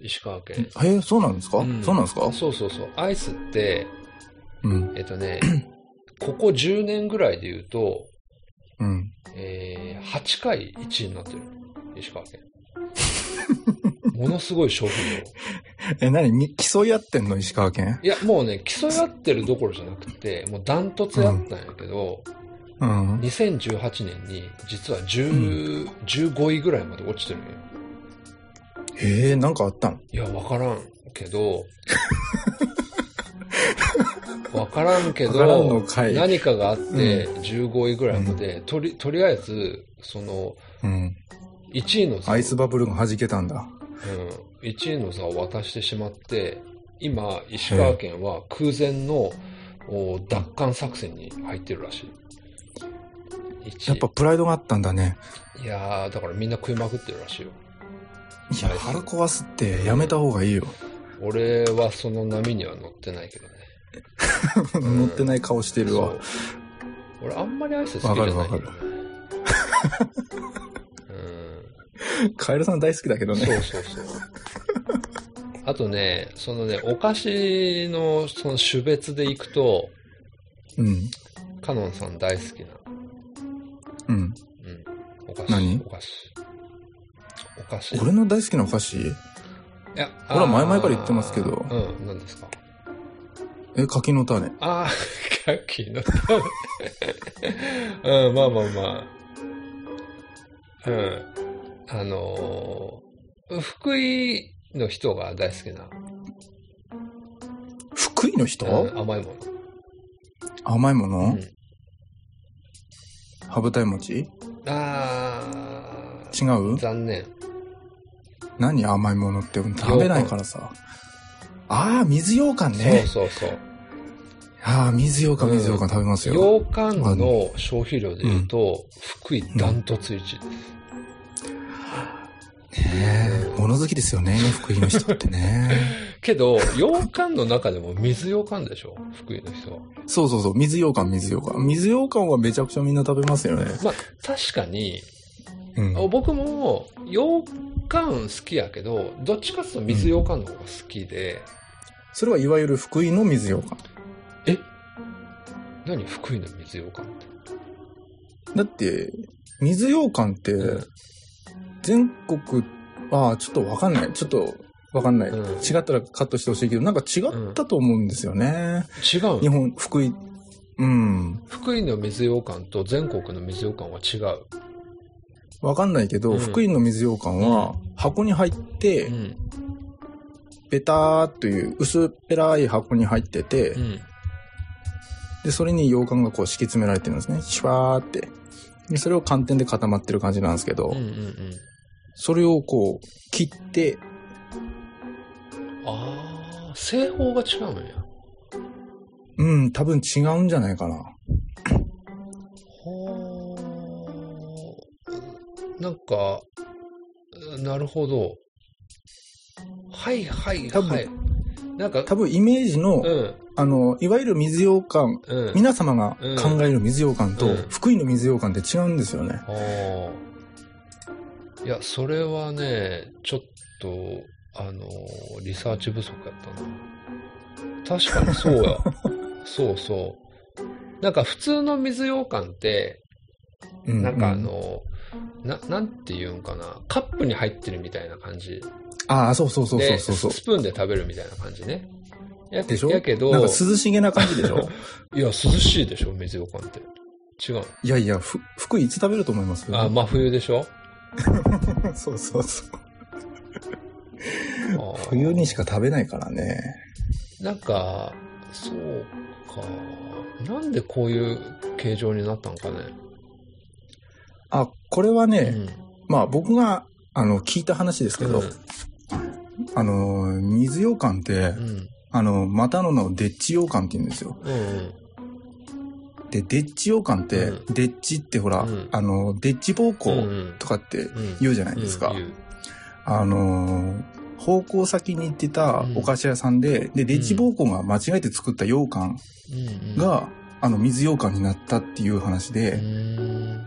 Speaker 2: 石川県。
Speaker 3: えー、そうなんですか、
Speaker 2: うん
Speaker 3: そうなんですか
Speaker 2: そうそうそう。アイスって、
Speaker 3: うん。
Speaker 2: えっとね、ここ10年ぐらいで言うと、
Speaker 3: うん。
Speaker 2: えー8回1位になってる。石川県。ものすごい消費量。
Speaker 3: え、何に競い合ってんの石川県
Speaker 2: いや、もうね、競い合ってるどころじゃなくて、もうダントツやったんやけど、
Speaker 3: うん。
Speaker 2: 2018年に実は10、15位ぐらいまで落ちてるんよ。
Speaker 3: えー、なんかあったん
Speaker 2: いや、わからんけ
Speaker 3: <laughs>
Speaker 2: ど、わからんけ
Speaker 3: わからん
Speaker 2: ど、
Speaker 3: のかい。
Speaker 2: 何かがあって15位ぐらいまで、とり、とりあえず、その、
Speaker 3: うん。
Speaker 2: 1位の座を
Speaker 3: アイスバブルが弾けたんだ。
Speaker 2: うん、1位の座を渡してしまって、今、石川県は空前のお奪還作戦に入ってるらしい。1
Speaker 3: やっぱプライドがあったんだね。
Speaker 2: いやー、だからみんな食いまくってるらしいよ。
Speaker 3: いや、腹壊すってやめた方がいいよ。
Speaker 2: 俺はその波には乗ってないけどね。ん
Speaker 3: <laughs> 乗ってない顔してる
Speaker 2: そ
Speaker 3: わ
Speaker 2: う。俺、あんまりアイス好きじゃないんだよね
Speaker 3: わか
Speaker 2: うん
Speaker 3: カエルさん大好きだけどね。
Speaker 2: そうそうそう。あとね、そのね、お菓子のその種別でいくと、
Speaker 3: うん。
Speaker 2: カノンさん大好きな、
Speaker 3: うん。
Speaker 2: うん、お菓子。
Speaker 3: 何
Speaker 2: お菓子。お菓子。
Speaker 3: 俺の大好きなお菓子
Speaker 2: いや、
Speaker 3: 俺は前々
Speaker 2: あー
Speaker 3: から言ってますけど
Speaker 2: うん、何ですか。
Speaker 3: え、柿の種。
Speaker 2: ああ、カッキーの種。うん、まあまあまあ。うん。あのー福井の人が大好きな、
Speaker 3: 福井の人、
Speaker 2: うん甘いも
Speaker 3: 甘いも
Speaker 2: の。う
Speaker 3: の、
Speaker 2: ん
Speaker 3: 羽二重餅違
Speaker 2: ああ、
Speaker 3: う
Speaker 2: 残念。
Speaker 3: 何甘いものって食べないからさ。ああ、水羊羹
Speaker 2: そう
Speaker 3: ね。
Speaker 2: そうそう。
Speaker 3: ああ、水羊羹、
Speaker 2: うん
Speaker 3: 水羊羹食べますよ。
Speaker 2: 洋館の消費量でいうと、福井ダントツ一位です。
Speaker 3: ねえ物好きですよね、福井の人って <laughs> ね。
Speaker 2: けど、洋館の中でも水洋館でしょ福井の人は。
Speaker 3: そうそうそう、水羊羹、水羊羹。水羊羹はめちゃくちゃみんな食べますよね。
Speaker 2: まあ、確かに、
Speaker 3: うん。
Speaker 2: 僕も洋館好きやけど、どっちかっていうと水洋館の方が好きで、
Speaker 3: それはいわゆる福井の水羊羹。
Speaker 2: 何福井の水洋館って。
Speaker 3: だって、水羊羹って、全国、ああ、ちょっとわかんない。ちょっとわかんない。
Speaker 2: うん
Speaker 3: 違ったらカットしてほしいけど、なんか違ったと思うんですよね。
Speaker 2: 違う
Speaker 3: 日
Speaker 2: の
Speaker 3: 本、福井、うん。
Speaker 2: 福井の水洋館と全国の水洋館は違う。
Speaker 3: わかんないけど、
Speaker 2: うん
Speaker 3: 福井の水羊羹は箱に入って、
Speaker 2: うん。
Speaker 3: ベターっという薄っぺらい箱に入ってて、
Speaker 2: うん。
Speaker 3: で、それに羊羹がこう敷き詰められてるんですね。シュワーって。でそれを寒天で固まってる感じなんですけ
Speaker 2: う
Speaker 3: ど、
Speaker 2: んうんうん。
Speaker 3: それをこう切って、
Speaker 2: ああ、製法が違うんや。
Speaker 3: うん、多分違うんじゃないかな。
Speaker 2: ほーなんか、なるほど。はいはい
Speaker 3: 多分
Speaker 2: はい。なんか、
Speaker 3: 多分イメージの、
Speaker 2: うん、
Speaker 3: あの、いわゆる水羊羹、
Speaker 2: うん。
Speaker 3: 皆様が考える水羊羹と、
Speaker 2: うん
Speaker 3: 福井の水羊羹って違うんですよね。
Speaker 2: あーいや、それはね、ちょっと、あのー、リサーチ不足やったな。確かにそう
Speaker 3: <laughs>
Speaker 2: や。そうそう。なんか普通の水羊羹って、
Speaker 3: う
Speaker 2: なんかあ、の、ななんていうんかな、カップに入ってるみたいな感じ
Speaker 3: ああ、そうそうそうそう
Speaker 2: で、
Speaker 3: そうそう。
Speaker 2: スプーンで食べるみたいな感じね。や
Speaker 3: でしょ
Speaker 2: やけど、
Speaker 3: なんか涼しげな感じでしょ
Speaker 2: いや、涼しいでしょ、水ようかんって。違う。
Speaker 3: いやいや、ふ福井いつ食べると思います
Speaker 2: あ、真冬でしょ
Speaker 3: <laughs> そうそうそう。
Speaker 2: あー
Speaker 3: <laughs> 冬にしか食べないからね。
Speaker 2: なんか、そうか。なんでこういう形状になったんかね。
Speaker 3: あ、これはね、
Speaker 2: うん。
Speaker 3: まあ僕が、あの、聞いた話ですけど、あの、水羊羹って
Speaker 2: う、ん。
Speaker 3: あの、またの名をでっち羊羹って言うんですよ。
Speaker 2: うん。うん。
Speaker 3: で、でっち羊羹って、
Speaker 2: う
Speaker 3: でっちってほら、
Speaker 2: うん
Speaker 3: あの、でっち奉
Speaker 2: うん。
Speaker 3: 公
Speaker 2: ん。
Speaker 3: とかって
Speaker 2: うん
Speaker 3: 言うじゃないですか。
Speaker 2: うん言う
Speaker 3: あのー、奉公先に行ってたお菓子屋さんで、で、でっち奉公が間違えて作った羊羹
Speaker 2: うんうん、
Speaker 3: が、あの、水羊羹になったっていう話で、
Speaker 2: うーん、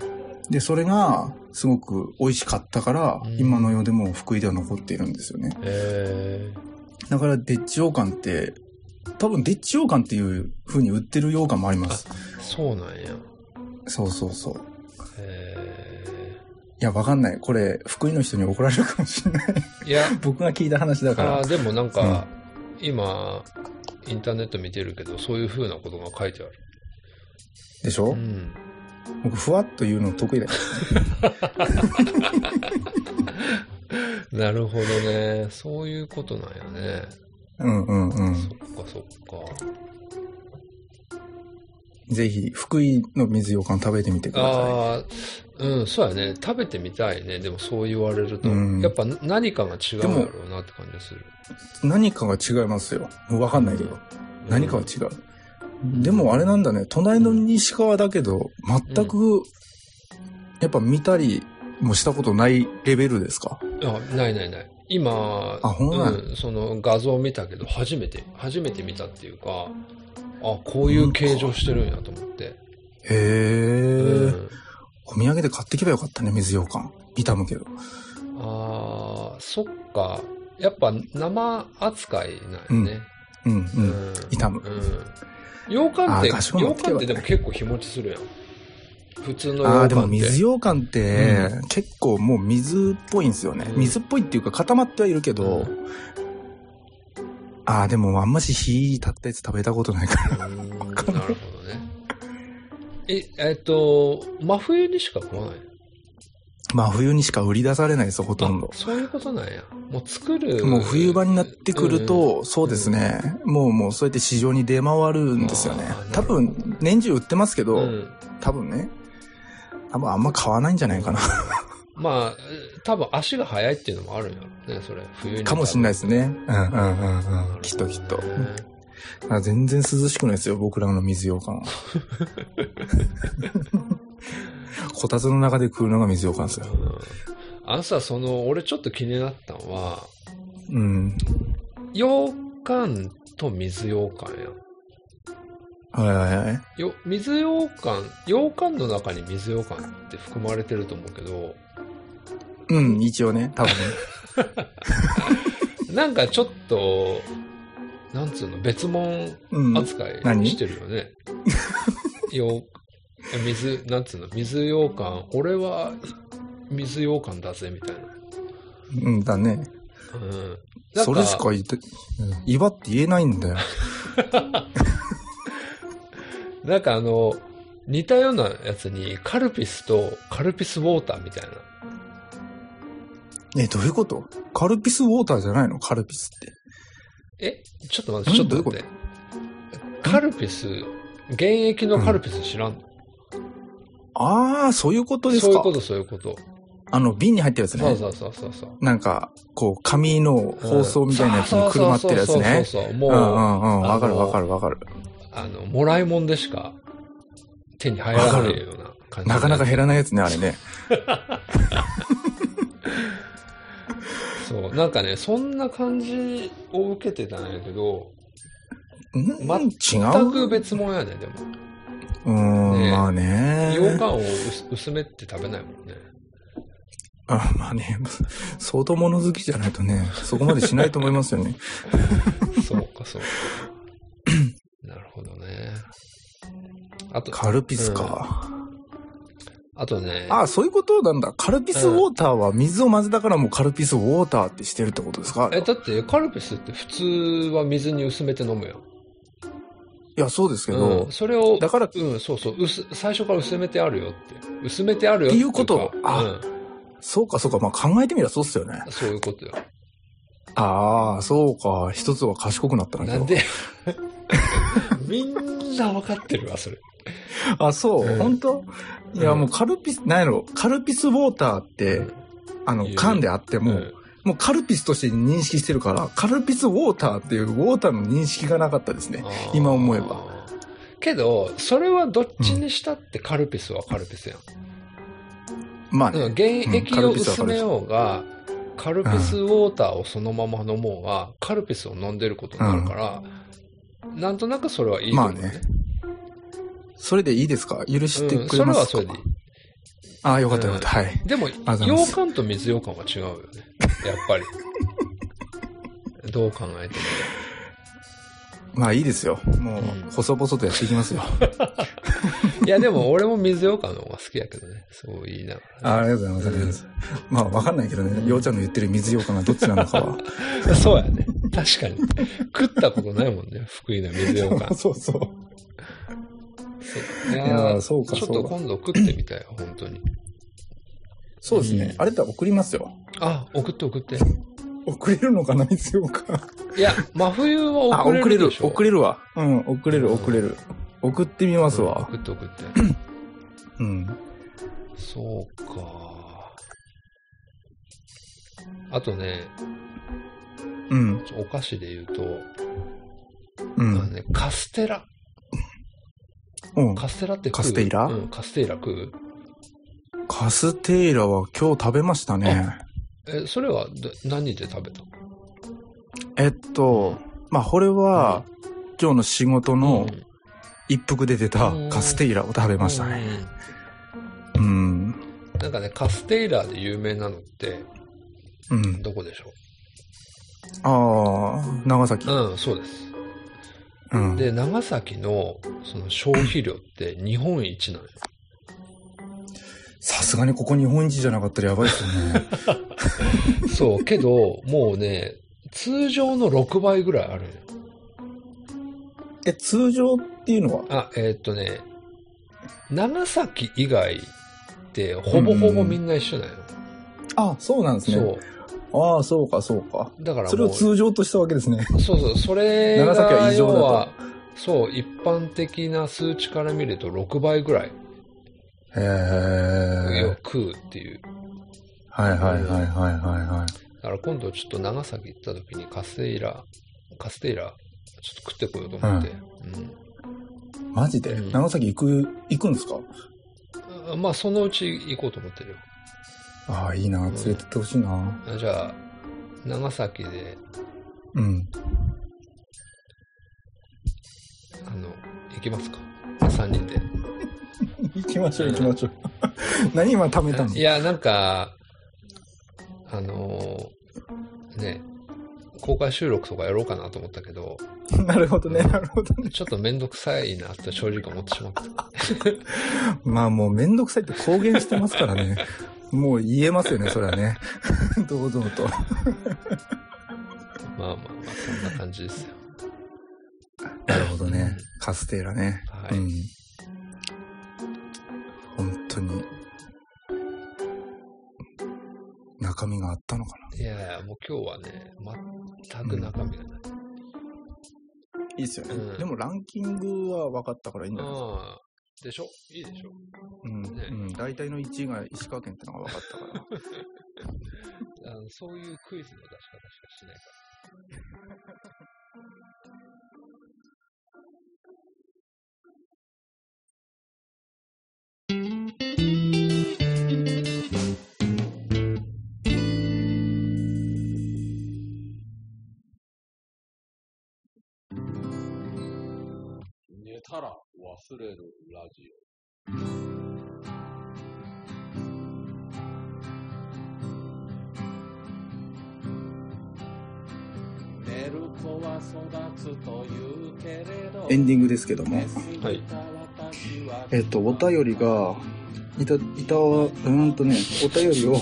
Speaker 3: で、それが、すごく美味しかったから、
Speaker 2: うん
Speaker 3: 今の世でも福井では残っているんですよね。
Speaker 2: え
Speaker 3: だから、でっち羊羹って、多分、でっち羊羹っていう風に売ってる羊羹もあります。
Speaker 2: ー、そうなんや。
Speaker 3: そうそうそう。
Speaker 2: え
Speaker 3: いや、わかんない。これ、福井の人に怒られるかもしれない。
Speaker 2: ー、いや、
Speaker 3: 僕が聞いた話だか
Speaker 2: あ
Speaker 3: ら
Speaker 2: ー。でもなんか、今インターネット見てるけどそういうふうなことが書いてある、
Speaker 3: でしょ、
Speaker 2: うん、
Speaker 3: 僕、ふわっと言うの得意だよ。
Speaker 2: なるほどねそういうことなんやね、
Speaker 3: うんうんうん。
Speaker 2: そっかそっ
Speaker 3: ぜひ、福井の水羊羹食べてみてく
Speaker 2: か
Speaker 3: ださ
Speaker 2: ああうんそうやね食べてみたいねでもそう言われると、
Speaker 3: うん
Speaker 2: やっぱ何かが違うんだろうなって感じがする
Speaker 3: い。何かが違いますよ。わかんないけど。何かは違う。でもあれなんだね、隣の西川だけど、全く、やっぱ見たりもしたことないレベルですか
Speaker 2: うんあないないない今
Speaker 3: あほんまや
Speaker 2: うん、その画像を見たけど初めて初めて見たっていうかあこういう形状してるんやと思って、
Speaker 3: へえ、
Speaker 2: うん、
Speaker 3: お土産で買ってけばよかったね、水羊羹。痛むけど。
Speaker 2: あーそっか。やっぱ生扱いなんやね。
Speaker 3: うんう。
Speaker 2: うんん。
Speaker 3: 痛む。
Speaker 2: うん。羊羹って、
Speaker 3: あー合唱
Speaker 2: 羊
Speaker 3: も来て
Speaker 2: 羹
Speaker 3: は
Speaker 2: ってでも結構日持ちするやん。普通の
Speaker 3: あ
Speaker 2: 羊
Speaker 3: あ、でも
Speaker 2: 羹って。
Speaker 3: 水羊羹って、結構もう水っぽいんですよね。
Speaker 2: うん
Speaker 3: 水っぽいっていうか固まってはいるけど、
Speaker 2: うん
Speaker 3: ああ、でもあんまし火立ったやつ食べたことないから。
Speaker 2: うーんなるほどね。え、えっと、真冬にしか来ない。
Speaker 3: 真冬にしか売り出されないですよ、ほとん
Speaker 2: あ
Speaker 3: ど、。
Speaker 2: そういうことなんや。もう作る。
Speaker 3: もう冬場になってくると、そうですね、もうもうそうやって市場に出回るんですよね
Speaker 2: あー。
Speaker 3: 多分、年中売ってますけ
Speaker 2: う
Speaker 3: ど、
Speaker 2: ん。うん。
Speaker 3: 多分ね、多分あんま買わないんじゃないかな。
Speaker 2: まあ、多分足が速いっていうのもあるんやろね、それ。冬に。
Speaker 3: かもしれないです
Speaker 2: ね。
Speaker 3: ね。うんうんうんうん。きっときっと。あ全然涼しくないですよ、僕らの水羊 <laughs> 羹。こたつの中で食うのが水羊羹ですよ。
Speaker 2: うんあのさ、その、俺ちょっと気になったのは、
Speaker 3: うん。
Speaker 2: 羊羹と水羊羹やん。
Speaker 3: はいはいはい。
Speaker 2: よ水羊羹、羊羹の中に水羊羹って含まれてると思うけど、
Speaker 3: うん、一応ね、多 <laughs> 分ね。
Speaker 2: なんかちょっと、なんつうの、別物
Speaker 3: うん。
Speaker 2: 扱い
Speaker 3: 何
Speaker 2: してるよ
Speaker 3: <laughs>
Speaker 2: ね。よう水、なんつうの、水羊羹、俺は水羊羹だぜ、みたいな。
Speaker 3: うんだね。
Speaker 2: うん。なん
Speaker 3: それしか言って、威張って言えな
Speaker 2: <laughs>
Speaker 3: いんだよ。
Speaker 2: なんかあの、似たようなやつに、カルピスとカルピスウォーターみたいな。
Speaker 3: え、どういうことカルピスウォーターじゃないのカルピスって。
Speaker 2: えちょっと待って、ちょっと待って。カルピス、現役のカルピス知らんの、
Speaker 3: ああ、そういうことです
Speaker 2: そう
Speaker 3: か。
Speaker 2: いうこと、そういうこと。
Speaker 3: あの、瓶に入ってるやつね。
Speaker 2: そうそうそうそうそう。
Speaker 3: なんか、こう、紙の包装みたいなやつにくるまってるやつね。
Speaker 2: そうそうそうそう。
Speaker 3: う
Speaker 2: も
Speaker 3: ん
Speaker 2: う、
Speaker 3: うんうん。
Speaker 2: あの
Speaker 3: わかるわかるわかる。
Speaker 2: あの、もらいもんでしか手に入らないような感じ。
Speaker 3: なかなか減らないやつね、あれね。
Speaker 2: そう。なんかね、そんな感じを受けてたんやけど、
Speaker 3: うん、
Speaker 2: 全
Speaker 3: 違
Speaker 2: 全
Speaker 3: う
Speaker 2: く別物やね、でも。
Speaker 3: うーん、
Speaker 2: ね
Speaker 3: まあね。
Speaker 2: 羊羹を薄薄めって食べないもんね。
Speaker 3: あまあね、相当物好きじゃないとね、そこまでしないと思います
Speaker 2: <laughs>
Speaker 3: よね。
Speaker 2: そうか、
Speaker 3: <clears throat>
Speaker 2: そうか。なるほどね。あと、
Speaker 3: カルピスか。
Speaker 2: あとね、
Speaker 3: あそういうことなんだ。カルピスウォーターは水を混ぜたからもうカルピスウォーターってしてるってことですかあれ
Speaker 2: え、
Speaker 3: は
Speaker 2: だってカルピスって普通は水に薄めて飲むよ。
Speaker 3: いや、そうですけ
Speaker 2: う
Speaker 3: ど
Speaker 2: ん、、それを、
Speaker 3: だから、
Speaker 2: うん、そうそう、薄最初から薄めてあるよって。薄めてあるよって
Speaker 3: っていうこと
Speaker 2: か
Speaker 3: あ
Speaker 2: う
Speaker 3: そうかそうか、まあ考えてみればそうっすよね。
Speaker 2: ん、そういうことよ。
Speaker 3: ああ、そうか。一つは賢くなったな、
Speaker 2: なんで <laughs> みんなわかってるわ、それ。
Speaker 3: 今日あ、そう、
Speaker 2: うん
Speaker 3: 本当いや、
Speaker 2: うん
Speaker 3: もうカルピス、なんやろ、カルピスウォーターって、あの
Speaker 2: いい、よ
Speaker 3: 缶であっても、
Speaker 2: うん
Speaker 3: もうカルピスとして認識してるから、カルピスウォーターっていうウォーターの認識がなかったですね。今思え。ば
Speaker 2: あーけど、それはどっちにしたってカルピスはカルピスやん。
Speaker 3: まあ
Speaker 2: うん、
Speaker 3: ね。
Speaker 2: 現液を薄めようが、カル
Speaker 3: ルピスはカルピス
Speaker 2: ピスウォーターをそのまま飲もうが、カルピスを飲んでることになるから、なんとなくそれはいいと思うね。
Speaker 3: まあねそれでいいですか許して
Speaker 2: うん、
Speaker 3: く
Speaker 2: そ
Speaker 3: れ
Speaker 2: れ
Speaker 3: ま
Speaker 2: は
Speaker 3: す
Speaker 2: そ
Speaker 3: か、
Speaker 2: れでいい。
Speaker 3: ああ、よかったよかった。はい。
Speaker 2: でも、
Speaker 3: がとうございます
Speaker 2: 羊羹と水羊羹は違うよね。やっぱり。 <laughs> どう考えても。
Speaker 3: まあいいですよ。
Speaker 2: う
Speaker 3: もう
Speaker 2: ん、
Speaker 3: 細々とやっていきますよ。
Speaker 2: いや、でも俺も水羊羹の方が好きやけどね。そう言いなが
Speaker 3: あありがとうございます。まあわかんないけどね。ようちゃんの言ってる水ようかがどっちなのかは。
Speaker 2: ら。そうやね。確かに。食ったことないもんね。福井の水
Speaker 3: <laughs>
Speaker 2: 羊羹。
Speaker 3: <laughs> そうそう。
Speaker 2: そうい
Speaker 3: いや
Speaker 2: や
Speaker 3: ー
Speaker 2: ー
Speaker 3: そうか
Speaker 2: ちょっ
Speaker 3: そ
Speaker 2: と
Speaker 3: うか。
Speaker 2: 今度食ってみたい、本当に。
Speaker 3: そうですね
Speaker 2: う。ん
Speaker 3: あれだ、送りますよ。
Speaker 2: あ、送って送って。
Speaker 3: 送れるのかな水ようか。
Speaker 2: いや、真冬は
Speaker 3: <laughs> あ、
Speaker 2: 送れ
Speaker 3: 送れ
Speaker 2: る
Speaker 3: る
Speaker 2: でし。ょ。
Speaker 3: 送れるわ。うん、送れ
Speaker 2: う
Speaker 3: る、
Speaker 2: ん
Speaker 3: 送れる。送ってみますわ
Speaker 2: う。ん送って送って。
Speaker 3: うん。
Speaker 2: そうか。あとね、
Speaker 3: うん。
Speaker 2: お菓子で言うと、
Speaker 3: う
Speaker 2: あの
Speaker 3: ん。
Speaker 2: ね、カステラ。
Speaker 3: うん。
Speaker 2: カステラって食う
Speaker 3: カステイラ
Speaker 2: うん、カステイラ食う
Speaker 3: カステイラは今日食べましたね。
Speaker 2: え、それはど何で食べた
Speaker 3: えっと、まあ、これは、今日の仕事の
Speaker 2: うん
Speaker 3: 一服で出たカステイラを食べましたね。うん。
Speaker 2: うんなんかね、カステイラで有名なのって、
Speaker 3: うん。
Speaker 2: どこでしょ
Speaker 3: ああ、長崎
Speaker 2: う。うん、そうです。
Speaker 3: うん。
Speaker 2: で、長崎のその消費量って日本一なのよ。
Speaker 3: さすがにここ日本一じゃなかったらやばいですよね。
Speaker 2: そう、けど、もうね、通常の6倍ぐらいあるのよ。
Speaker 3: <laughs> え、通常っていうのは
Speaker 2: あ、えーっとね、長崎以外ってほぼほぼみんな一緒なのよ。
Speaker 3: あ、そうなんですね。
Speaker 2: そ
Speaker 3: ああ、そうか、そうか。
Speaker 2: う。だからもう
Speaker 3: それを通常としたわけですね。
Speaker 2: そうそう、それが
Speaker 3: 長崎は異常だと
Speaker 2: 要は、そう、一般的な数値から見ると6倍ぐらい
Speaker 3: へえ。
Speaker 2: 食うっていう。
Speaker 3: はいはいはいはいはいは
Speaker 2: だ
Speaker 3: い。
Speaker 2: から今度ちょっと長崎行った時にカステイラ、カステイラ、ちょっと食ってこようと思って。うん
Speaker 3: マジで
Speaker 2: うん
Speaker 3: 長崎行く、行くんですか
Speaker 2: あまあ、そのうち行こうと思ってるよ。
Speaker 3: ああ、いいな。連れてってほしいな。
Speaker 2: あじゃあ、長崎で、
Speaker 3: うん。
Speaker 2: あの、行きますか。3人で。
Speaker 3: 行きましょう行きましょう。 <laughs> 何今貯めたの
Speaker 2: いや、なんか、あのーね、公開収録とかやろうかなと思ったけど、
Speaker 3: なるほどね、なるほどね。
Speaker 2: ちょっとめんどくさいなって正直思ってしまった。
Speaker 3: まあもうめんどくさいって公言してますから <laughs> ね。もう言えますよね、それはね。 <laughs> 堂々と。
Speaker 2: まあまあまあ、そんな感じですよ。
Speaker 3: なるほどね。カステーラね。
Speaker 2: はい。
Speaker 3: うん。本当に。中身があったのかな。
Speaker 2: いやいや、もう今日はね、全く中身がない。
Speaker 3: いいですよ
Speaker 2: ねうんで
Speaker 3: もランキングは分かったからいいん
Speaker 2: ああ、でしょいいでしょ
Speaker 3: うん。
Speaker 2: ね
Speaker 3: うん。大体の1位が石川県ってのが分かったから。
Speaker 2: あのそういうクイズの出し方しかしないから。
Speaker 4: 寝たら忘れるラジオ。寝る子は育つというけれど
Speaker 3: <laughs> エンディングですけども。
Speaker 2: はい
Speaker 3: えっと、お便りが、いた、いたわ、うーんとね、お便りを、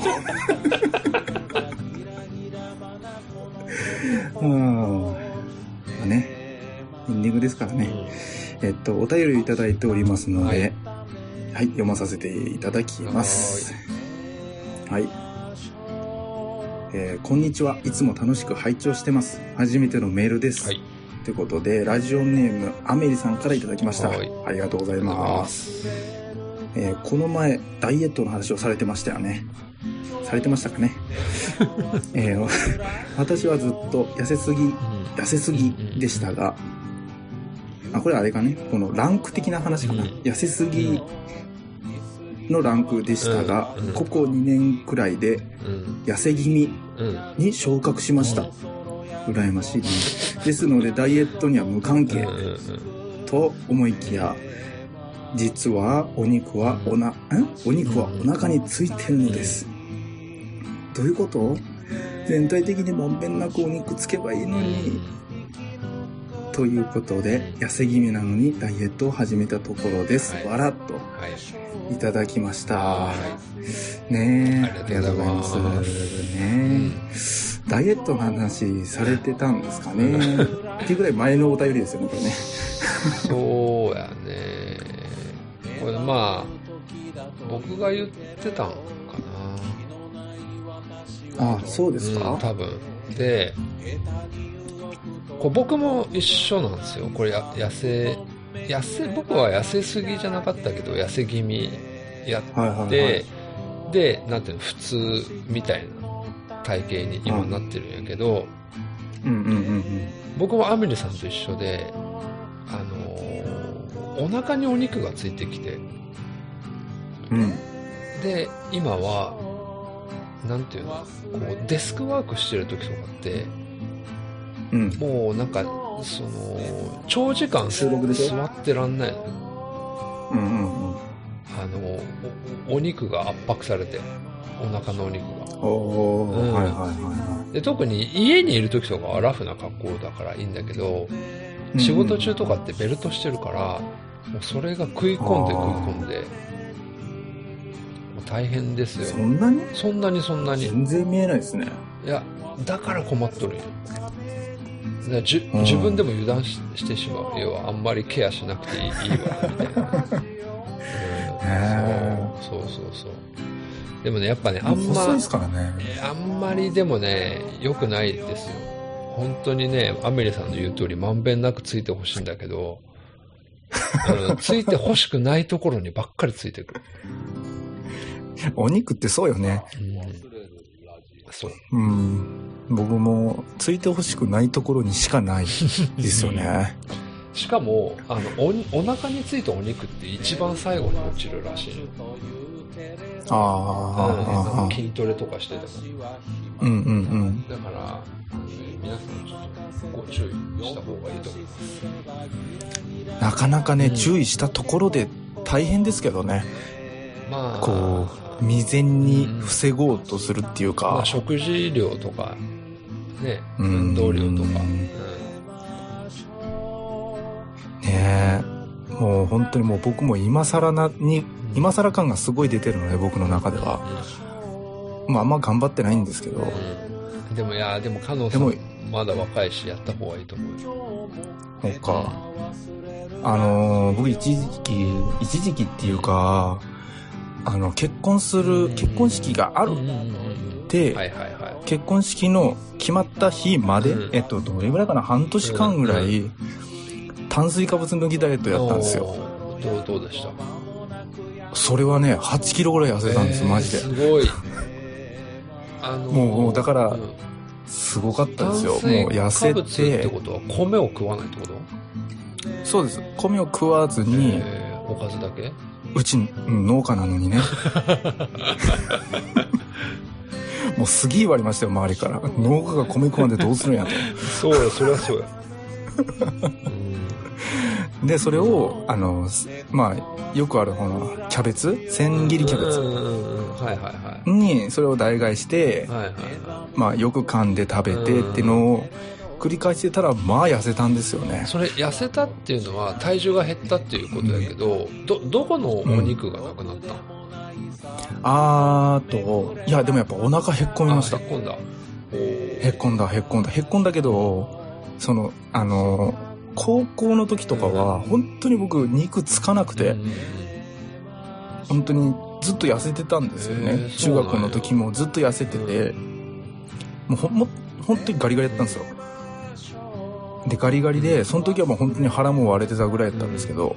Speaker 3: うん。ね、エンディングですからね。えっと、お便りをいただいておりますので、はい、読まさせていただきます。はい。えーこんにちは。いつも楽しく拝聴してます。初めてのメールです。
Speaker 2: はい。
Speaker 3: ということで、ラジオネーム、アメリさんからいただきました。
Speaker 2: はい
Speaker 3: ありがとうござい
Speaker 2: ありがとうござい
Speaker 3: ま。
Speaker 2: ますす。
Speaker 3: えーこの前、ダイエットの話をされてました
Speaker 2: <laughs>
Speaker 3: よね。されてましたかね。 <laughs> えー <laughs> 私はずっと痩せすぎ、痩せすぎでしたが、あ、これあれかね、このランク的な話かな。
Speaker 2: うん
Speaker 3: 痩せすぎのランクでしたが、
Speaker 2: うんうん
Speaker 3: ここ2年くらいで
Speaker 2: うん。
Speaker 3: 痩せ気味
Speaker 2: うん。うん。
Speaker 3: に昇格しました。羨ましいね。ですので、ダイエットには無関係。
Speaker 2: うん。
Speaker 3: と思いきや実はお肉はおなんお肉はお腹についてるのですどういうこと全体的にもんべんなくお肉つけばいいのにということで痩せ気味なのにダイエットを始めたところです
Speaker 2: はい
Speaker 3: わらっと
Speaker 2: はい。
Speaker 3: いただきました
Speaker 2: は
Speaker 3: ねえ
Speaker 2: ありがとうございます
Speaker 3: ありがとうございますねえダイエットの話されてたんですかねっていうぐらい前のお便りですよねこれね
Speaker 2: いそうやね。これまあ、僕が言ってたんか
Speaker 3: あそうで
Speaker 2: な。
Speaker 3: す
Speaker 2: うん、
Speaker 3: か
Speaker 2: 多分。で、こう僕も一緒なんですよ。これや、痩せ、痩せ、僕は痩せすぎじゃなかったけど、痩せ気味やっ
Speaker 3: はいはいはい
Speaker 2: で、で、なんていうの、普通みたいな体型に今なってるんやけど、
Speaker 3: うんうんうんうん
Speaker 2: 僕もアメリさんと一緒で、あのーお腹にお肉がついてきて、
Speaker 3: うん。
Speaker 2: で、今は、なんていうの、こう、デスクワークしてる時とかって、
Speaker 3: うん。
Speaker 2: もうなんか、その、長時間
Speaker 3: 収録でしょ
Speaker 2: 座ってらんない。
Speaker 3: うんうんうん。
Speaker 2: あのお、お肉が圧迫されて、お腹のお肉が。
Speaker 3: おー、
Speaker 2: うん
Speaker 3: はいはいは
Speaker 2: で特に家にいる時とかはラフな格好だからいいんだけど、
Speaker 3: いはい。
Speaker 2: 仕事中とかってベルトしてるからもうそれが食い込んで
Speaker 3: あ
Speaker 2: 食い
Speaker 3: ー
Speaker 2: 込んでもう大変です
Speaker 3: そ
Speaker 2: よ
Speaker 3: んなに
Speaker 2: そんなにそんなにい
Speaker 3: 全然見えないですね。
Speaker 2: やだから困っとるんよだからじゅ
Speaker 3: うん
Speaker 2: 自分でも油断ししてしまう要はあんまりケアしなくていいいいわみたいな、
Speaker 3: <laughs> へ
Speaker 2: うんそうそうそうそうでもねやっぱねあ
Speaker 3: あ
Speaker 2: ん
Speaker 3: んま。
Speaker 2: ま
Speaker 3: 細いですからね。
Speaker 2: あんまりでもね、良くないですよ。本当にね、アメリさんの言う通り、まんべんなくついてほしいんだけ
Speaker 3: <laughs>
Speaker 2: ど、うんついてほしくないところにばっかりついてくる。
Speaker 3: お肉ってそうよね。
Speaker 2: うん
Speaker 4: 忘れる
Speaker 2: そう。
Speaker 3: うん。僕も、ついてほしくないところにしかないです
Speaker 2: <laughs>
Speaker 3: よね。
Speaker 2: しかも、あの、お、お腹についたお肉って一番最後に落ちるらしいの。
Speaker 3: ああ、あ
Speaker 2: なん
Speaker 3: あ
Speaker 2: か、筋トレとかしてても。
Speaker 3: うんうんうん。
Speaker 2: だから、皆さんちょっとご注意した方がいいと思います。
Speaker 3: なかなか
Speaker 2: う
Speaker 3: ね、
Speaker 2: ん
Speaker 3: 注意したところで大変ですけどね。
Speaker 2: まあ、
Speaker 3: こう、未然に防ごうとするっていう
Speaker 2: まあ、
Speaker 3: か。
Speaker 2: 食事量とか、ね、
Speaker 3: うん
Speaker 2: 運動量とか、う
Speaker 3: う
Speaker 2: んん
Speaker 3: ねえ。もう本当にもう僕も今更なに、今更感がすごい出てるので、僕の中では。まああんま頑張ってないんですけど。
Speaker 2: うんでも、いや、でも、カノンさ
Speaker 3: でも
Speaker 2: ん、まだ若いし、やった方がいいと思うよ。
Speaker 3: そうか。あのー僕一時期、一時期っていうか、あの、結婚する、結婚式がある
Speaker 2: うんうんうん
Speaker 3: っ
Speaker 2: う
Speaker 3: て、
Speaker 2: んはいはいは
Speaker 3: 結婚式の決まった日まで、
Speaker 2: うん
Speaker 3: えっと、どれぐらいかな、半年間ぐらい、炭水化物抜きダイエット
Speaker 2: い。
Speaker 3: やったんですよ。
Speaker 2: おー。どうどうでした
Speaker 3: それはね、8キロぐらい痩せたんです、
Speaker 2: えー
Speaker 3: マジで。
Speaker 2: すごい。 <laughs> あのー
Speaker 3: もうもうだから
Speaker 2: ん
Speaker 3: すごかった
Speaker 2: 炭
Speaker 3: ですよ。もう
Speaker 2: 水
Speaker 3: 痩せ
Speaker 2: 化物って
Speaker 3: て
Speaker 2: こ、とは米を食わないってこと
Speaker 3: そうです。米を食わずに、
Speaker 2: えーおかずだけ
Speaker 3: うち、うん農家なの
Speaker 2: <laughs>
Speaker 3: にね。もうすげえ言われましたよ、周りから。農家が米食わんでどうするんやと。
Speaker 2: そうや、そりゃそうや。うん
Speaker 3: で、それを、あの、すまあ、よくあるほの、キャベツ千切りキャベ
Speaker 2: う
Speaker 3: ツ
Speaker 2: んうんうんうんはいはいは
Speaker 3: に、それを代替して
Speaker 2: い。、はいはいは
Speaker 3: まあ、よく噛んで食べてってのを繰り返してたら、まあ、痩せたんですよね
Speaker 2: い。。それ、痩せたっていうのは体重が減ったっていうことやけど、ど、どこのお肉がなくなったの、
Speaker 3: あーと、いや、でもやっぱお腹へっこみました
Speaker 2: あへ。っこんだ。おー
Speaker 3: へっこんだ、へっこんだ、へっこんだけど、その、あの、高校の時とかは、本当に僕、肉つかなくて
Speaker 2: うん、うんうん
Speaker 3: 本当にずっと痩せてたんですよ
Speaker 2: へ
Speaker 3: ね。
Speaker 2: ー
Speaker 3: 中学校の時もずっと痩せてて、もうほん、も、本当にガリガリやったんですよ。で、ガリガリで、その時はもう本当に腹も割れてたぐらいやったんですけど、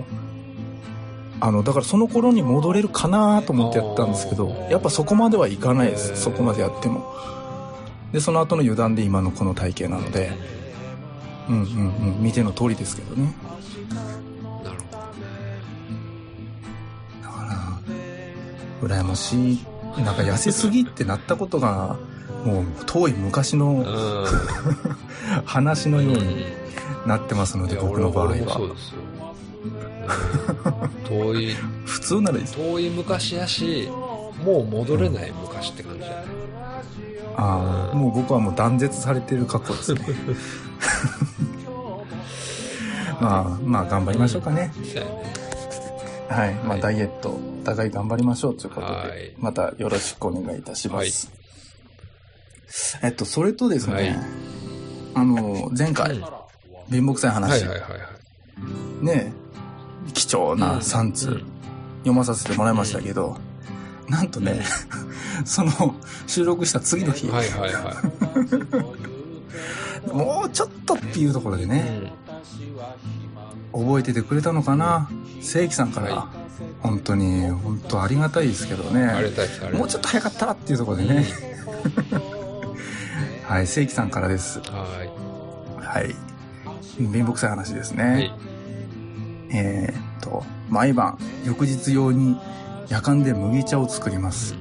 Speaker 3: あの、だからその頃に戻れるかなと思ってやったんですけど、やっぱそこまではいかないで
Speaker 2: へー
Speaker 3: す。そこまでやっても。で、その後の油断で今のこの体型なので、うんうんうん、見ての通りですけどね。
Speaker 2: なるほど
Speaker 3: だから、羨ましい。なんか痩せすぎってなったことが、もう遠い昔の話の
Speaker 2: うん。
Speaker 3: ようになってますの
Speaker 2: い
Speaker 3: で、
Speaker 2: や
Speaker 3: 僕の場合
Speaker 2: 俺もそう
Speaker 3: は。
Speaker 2: ですよ。うん遠い、
Speaker 3: 普通ならいいです。
Speaker 2: 遠い昔やし、もう戻れない昔って感じじゃない
Speaker 3: ああ、もう僕はもう断絶されてる過去で
Speaker 2: <laughs>
Speaker 3: すね。まあ、まあ頑張りましょうかね。
Speaker 2: そうやね。
Speaker 3: はい。ま
Speaker 2: は
Speaker 3: あ
Speaker 2: い
Speaker 3: ダイエット、お互い頑張りましょうということで、
Speaker 2: はい
Speaker 3: またよろしくお願いいたします。えっと、それとですね、
Speaker 2: はい
Speaker 3: あの、前回、貧乏くさい
Speaker 2: はい
Speaker 3: 話、
Speaker 2: はいはいはい。
Speaker 3: ね、貴重な3通読まさせてもらいましたけど、なんとね、 <laughs> その収録した次の日、
Speaker 2: はいはいは
Speaker 3: もうちょっとっていうところで
Speaker 2: い。う
Speaker 3: ね、
Speaker 2: ん
Speaker 3: 覚えててくれたのかな正規さんから、
Speaker 2: は
Speaker 3: 本当に、本当ありがたいですけど
Speaker 2: あれ
Speaker 3: ね、
Speaker 2: だけあれ
Speaker 3: もうちょっと早かったらっていうところでね、 <laughs> はい、正規さんからです。
Speaker 2: は
Speaker 3: はい。貧乏くさい話ですね。
Speaker 2: い。はい。
Speaker 3: えーっと、毎晩、翌日用に夜間で麦茶を作ります。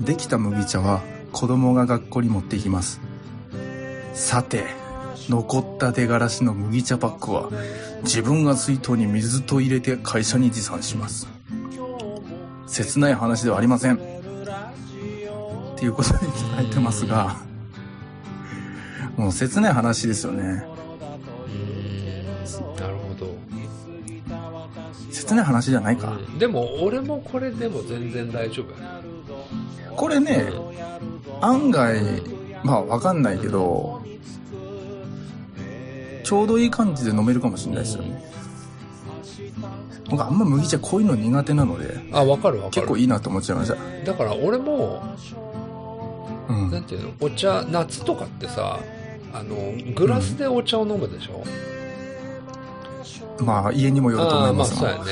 Speaker 3: できた麦茶は子供が学校に持っていきます。さて、残った出がらしの麦茶パックは自分が水筒に水と入れて会社に持参します。切ない話ではありません。っていうことに伝えてますが、もう切ない話ですよ
Speaker 2: う
Speaker 3: ね。
Speaker 2: ーんなるほど。
Speaker 3: 切ない話じゃないか。
Speaker 2: でも、俺もこれでも全然大丈夫や
Speaker 3: これね、案外、まあわかんないけど、ちょうどいい感じで飲めるかもしれないですよね。僕あんま麦茶濃いの苦手なので、
Speaker 2: あ、わかるわか
Speaker 3: 結
Speaker 2: る。
Speaker 3: 構いいなと思っちゃいました。
Speaker 2: だから俺も、
Speaker 3: うん。
Speaker 2: なんていうの、お茶、夏とかってさ、あの、グラスでお茶を飲むでしょ、
Speaker 3: まあ家にもよると思
Speaker 2: ああー、
Speaker 3: い
Speaker 2: ま
Speaker 3: ま
Speaker 2: あ
Speaker 3: す
Speaker 2: そうや
Speaker 3: が。
Speaker 2: ね。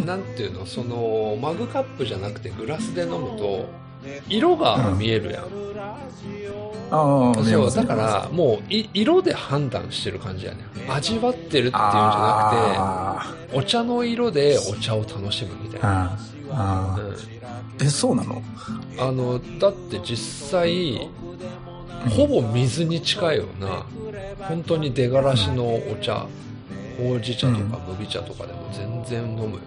Speaker 2: <laughs> ななんていうの、その、マグカップじゃなくてグラスで飲むと、色が見えるやん、
Speaker 3: ああ、見え
Speaker 2: そ
Speaker 3: ま
Speaker 2: う
Speaker 3: す
Speaker 2: だからもうい色で判断してる感じやね味わってるっていうんじゃ
Speaker 3: あ
Speaker 2: なくてお茶の色でお茶を楽しむみたい
Speaker 3: ー
Speaker 2: な、
Speaker 3: あーあ
Speaker 2: う
Speaker 3: ー
Speaker 2: ん、
Speaker 3: え、そうなの
Speaker 2: あのだって実際ほぼ水に近いような本当に出がらしのお茶ほうじ茶とか麦茶とかでも全然飲む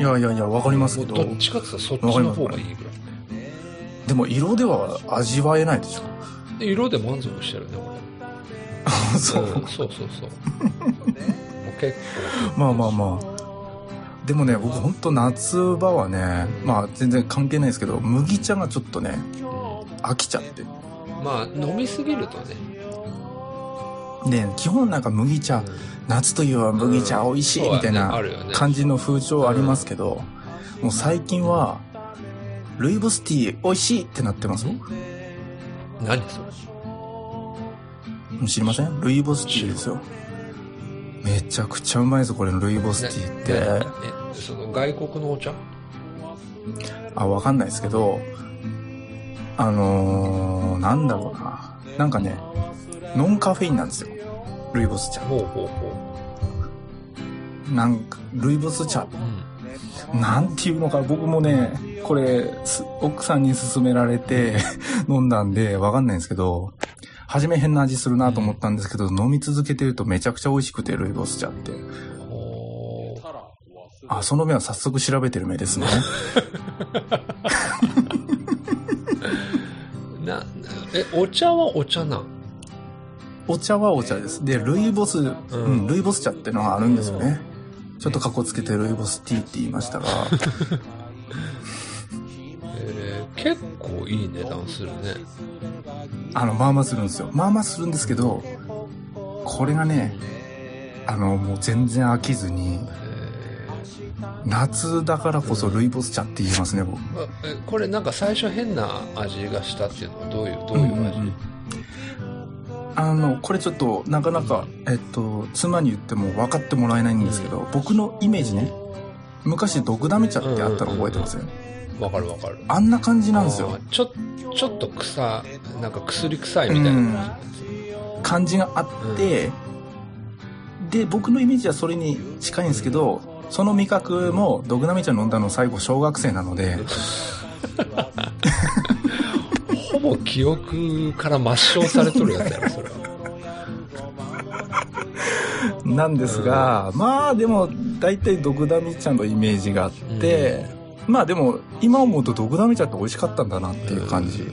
Speaker 2: よ、
Speaker 3: いやいやいや、わかりますけ
Speaker 2: もう
Speaker 3: ど
Speaker 2: どっ、ちかって言ったらそっちの方がいいぐらい
Speaker 3: でも色では味わえないでしょ。 <laughs>
Speaker 2: で色で満足してるね
Speaker 3: そ
Speaker 2: 俺、
Speaker 3: う
Speaker 2: うん。そうそうそうもう結
Speaker 3: まあまあまあ。でもね、僕ほんと夏場はね、まあ全然関係ないですけど、麦茶がちょっとね、
Speaker 2: 構、
Speaker 3: 飽きちゃって。
Speaker 2: うんまあ飲みすぎるとね、
Speaker 3: で、基本なんか麦
Speaker 2: う
Speaker 3: 茶、
Speaker 2: ん
Speaker 3: 夏といえば麦茶美味しいみたい
Speaker 2: そうやねあ
Speaker 3: な
Speaker 2: るよね
Speaker 3: 感じの風潮ありますけど、もう最近は、ルイボスティー美味しいってなってますよ。
Speaker 2: 何それ
Speaker 3: 知りませんルイボスティーですよ。めちゃくちゃうまいぞ、これ、ルイボスティーって。
Speaker 2: ねえその外国のお茶
Speaker 3: あ、わかんないですけど、あのー、なんだろうな。なんかね、ノンカフェインなんですよ。ルイボス茶。
Speaker 2: ほうほうほ
Speaker 3: なんか、ルイボス茶。
Speaker 2: う、うん
Speaker 3: なんていうのか、僕もね、これ、す奥さんに勧められて <laughs> 飲んだんで、わかんないんですけど、初め変な味するなと思ったんですけど、飲み続けてるとめちゃくちゃ美味しくて、ルイボス茶って。
Speaker 2: おー
Speaker 3: あ、その目は早速調べてる目ですね。
Speaker 2: なえお茶はお茶なん
Speaker 3: お茶はお茶です。で、ルイボス、うん、
Speaker 2: ん
Speaker 3: ルイボス茶ってのがあるんですよね。ちょっとカッコつけてルイボスティーって言いましたが、
Speaker 2: えー結構いい値段するね
Speaker 3: <laughs> あの、まあまあするんですよ。まあまあするんですけど、これがね、あの、もう全然飽きず
Speaker 2: え
Speaker 3: に、
Speaker 2: ー
Speaker 3: 夏だからこそルイボス茶って言いますね、僕。
Speaker 2: まえこれなんか最初変な味がしたっていうのはどういうどういう味、
Speaker 3: うんあの、これちょっと、なかなか、えっと、妻に言っても分かってもらえないんですけど、僕のイメージね、昔、毒ダメ茶ってあったら覚えてますよ。
Speaker 2: わかるわかる
Speaker 3: あんな感じなんですよ
Speaker 2: あ。ーちょちょっと臭なんか薬臭いみたいな感じなんですよ
Speaker 3: 感じがあって、で僕のイメージはそれに近いんですけどその味覚もドグナミ茶飲んだの最後小学生なので
Speaker 2: ほぼ記憶から抹消されとるや
Speaker 3: <laughs>
Speaker 2: つやろそれは
Speaker 3: なんですが、まあでも大体ドグナミ茶のイメージがあって、まあでも今思うとドグナミ茶って美味しかったんだなっていう感じ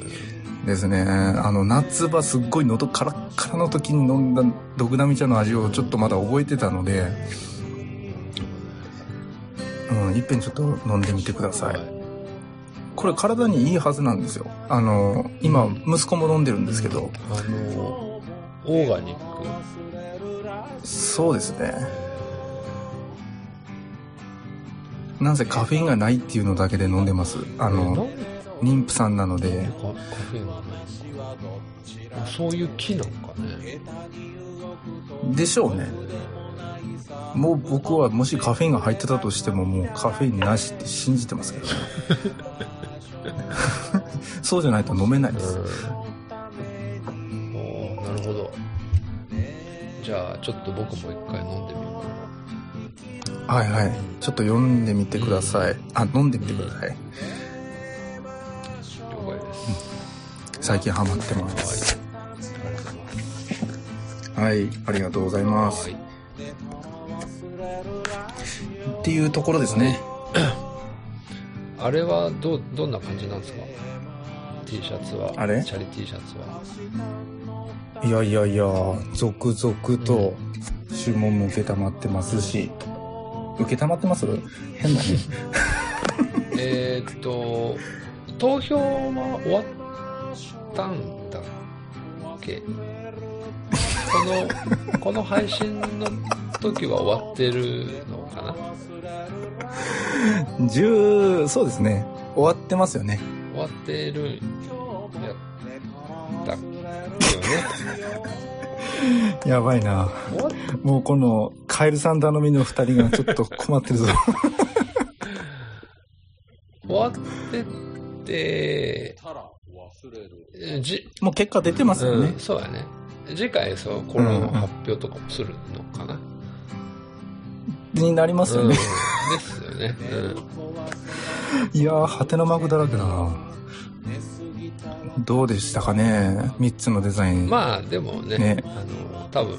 Speaker 3: ですねあの夏場すっごい喉カラッカラの時に飲んだドグナミ茶の味をちょっとまだ覚えてたのでうんいっぺんちょっと飲んでみてくださいこれ体にいいはずなんですよあの今息子も飲んでるんですけど
Speaker 2: あのオーガニック
Speaker 3: そうですねなんせカフェインがないっていうのだけで飲んでますあの
Speaker 2: えなんで
Speaker 3: 妊婦さんなので
Speaker 2: カカフェインがないのかそういう木なんかね
Speaker 3: でしょうねもう僕はもしカフェインが入ってたとしてももうカフェインなしって信じてますけどね <laughs> そうじゃないと飲めないです
Speaker 2: うんおーなるほどじゃあちょっと僕も一回飲んでみようかな
Speaker 3: はいはいちょっと読んでみてくださいあ飲んでみてください
Speaker 2: 了解です、
Speaker 3: 最近ハマってます
Speaker 2: はいありがとうございます
Speaker 3: はい、ありがとうございます。
Speaker 2: はい
Speaker 3: っていうところですね。
Speaker 2: あれはどうどんな感じなんですか T シャツは
Speaker 3: あれ
Speaker 2: チャリ T シャツはい
Speaker 3: やいやいや、続々と注文も受けたまってますし、受けたまってます変なね。
Speaker 2: えーっと投票は終わったんだっけこ
Speaker 3: <laughs>
Speaker 2: のこの配信の時は終わってるのかな
Speaker 3: 10、そうですね。終わってますよね。
Speaker 2: 終わってるんやったっけよね
Speaker 3: やばいな。
Speaker 2: 終わっ
Speaker 3: もうこのカエルさん頼みの二人がちょっと困ってるぞ。
Speaker 2: 終わってで、じ、
Speaker 3: <laughs> もう結果出てますよね。
Speaker 2: うん、そうやね。次回、そう、この発表とかもするのかな。
Speaker 3: になりますよね。
Speaker 2: ですよね。
Speaker 3: いやー、ハテナマークだらけだな。どうでしたかね ?3 つのデザイ
Speaker 2: うん、
Speaker 3: ン。
Speaker 2: まあ、でもね、
Speaker 3: ね
Speaker 2: あの、多分も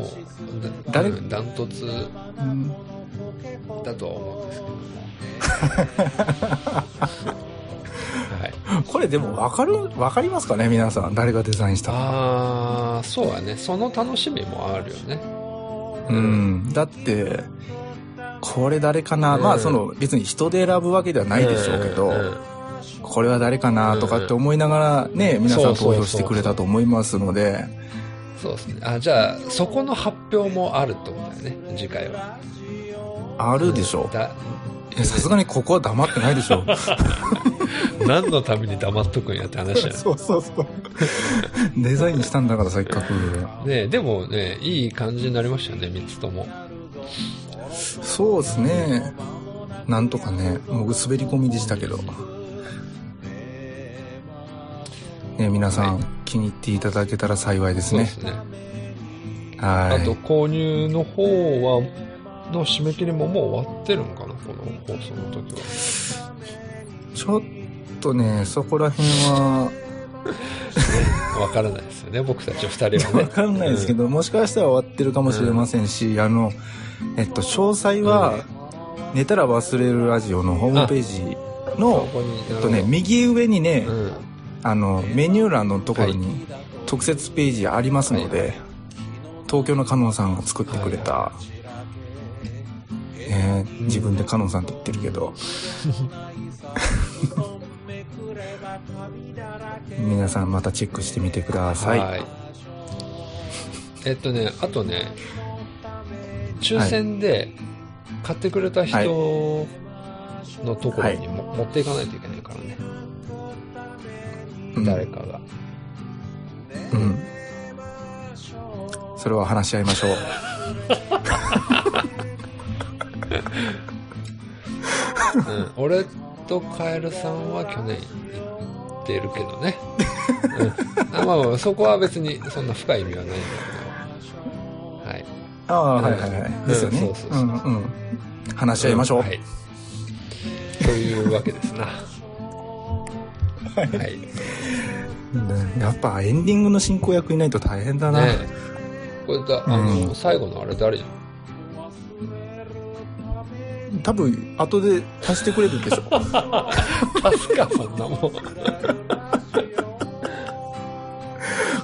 Speaker 2: う、だ
Speaker 3: 誰
Speaker 2: うんダントツ
Speaker 3: うん
Speaker 2: だとは思うんです <laughs> けど。はい。
Speaker 3: これでも分かる、分かりますかね皆さん。誰がデザインしたか。
Speaker 2: ああ、そうやね。その楽しみもあるよね。
Speaker 3: うん。だって、これ誰かな、
Speaker 2: うん
Speaker 3: まあその別に人で選ぶわけではないでしょうけど、
Speaker 2: んん
Speaker 3: これは誰かなとかって思いながらね、皆さん投票してくれたと思いますので、
Speaker 2: そうですね。あ、じゃあ、そこの発表もあるってことだよね。次回は。
Speaker 3: あるでしょ
Speaker 2: だ
Speaker 3: う。えさすがにここは黙ってないでしょう。
Speaker 2: 何のために黙っとくんやって話やね
Speaker 3: <laughs> <laughs> そうそうそう。デザインしたんだからせっかく。
Speaker 2: ねでもね、いい感じになりましたよね、3つとも。
Speaker 3: そうですね。なんとかね、僕滑り込みでしたけど。ね、皆さん、気に入っていただけたら幸いです
Speaker 2: そうで
Speaker 3: ね。
Speaker 2: すね。
Speaker 3: は
Speaker 2: あと、
Speaker 3: い。
Speaker 2: 購入の方は、の締め切りももう終わってるんかな、この放送の時は。
Speaker 3: ちょっとね、そこら辺は、
Speaker 2: わからないですよね、僕たち2人はね。
Speaker 3: <laughs> わかんないですけど、もしかしたら終わってるかもしれませんし、あの、えっと、詳細は、寝たら忘れるラジオのホームページ
Speaker 2: そ
Speaker 3: の、
Speaker 2: こに、
Speaker 3: えっとね、右上にね、
Speaker 2: うん、
Speaker 3: あの、メニュー欄のところ
Speaker 2: は
Speaker 3: に特設ページありますので、東京のカノンさんが作ってくれた、えー自分でカノンさんって言ってるけど、 <laughs> 皆さんまたチェックしてみてください。
Speaker 2: はい。えっとね、あとね、抽選で買ってくれた人
Speaker 3: はい
Speaker 2: のところにも、持っていかないといけないからね、
Speaker 3: うん
Speaker 2: 誰かが。
Speaker 3: うん。それは話し合いましょう。
Speaker 2: う
Speaker 3: <laughs>
Speaker 2: ん、俺とカエルさんは去年行ってるけど
Speaker 3: <laughs>
Speaker 2: ね。うん、あまあまあ、そこは別にそんな深い意味はないんだけど。はい。
Speaker 3: ああ、はいはいはい。
Speaker 2: うん
Speaker 3: ですよ
Speaker 2: そう
Speaker 3: ね。
Speaker 2: そう
Speaker 3: う
Speaker 2: そうん
Speaker 3: うん。話し合いましょう。
Speaker 2: はい。というわけですな。はい。ね
Speaker 3: うんやっぱエンディングの進行役いないと大変だな。
Speaker 2: これだ、あの、
Speaker 3: うん
Speaker 2: 最後のあれ誰に
Speaker 3: 多分、後で足してくれるでしょ。
Speaker 2: パスか、そんなもん。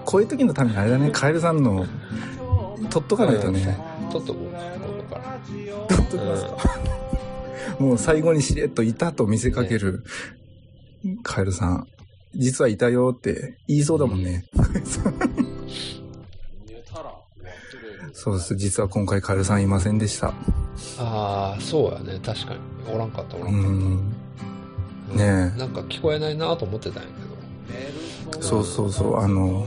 Speaker 3: こういう時のためにあれだね、カエルさんの、取っとかないとね。
Speaker 2: ちょっとこう、ここから。
Speaker 3: 取っときますか。もう最後にしれっといたと見せかける、カエルさん。実はいたよって言いそうだもんね。そうです。実は今回カエルさんいませんでした。
Speaker 2: ああ、そうやね。確かに。おらんかった、おら
Speaker 3: うん
Speaker 2: かっ
Speaker 3: ん。
Speaker 2: た。
Speaker 3: ねえ
Speaker 2: なんか聞こえないなと思ってたんやけど。
Speaker 3: そうそうそう、あの、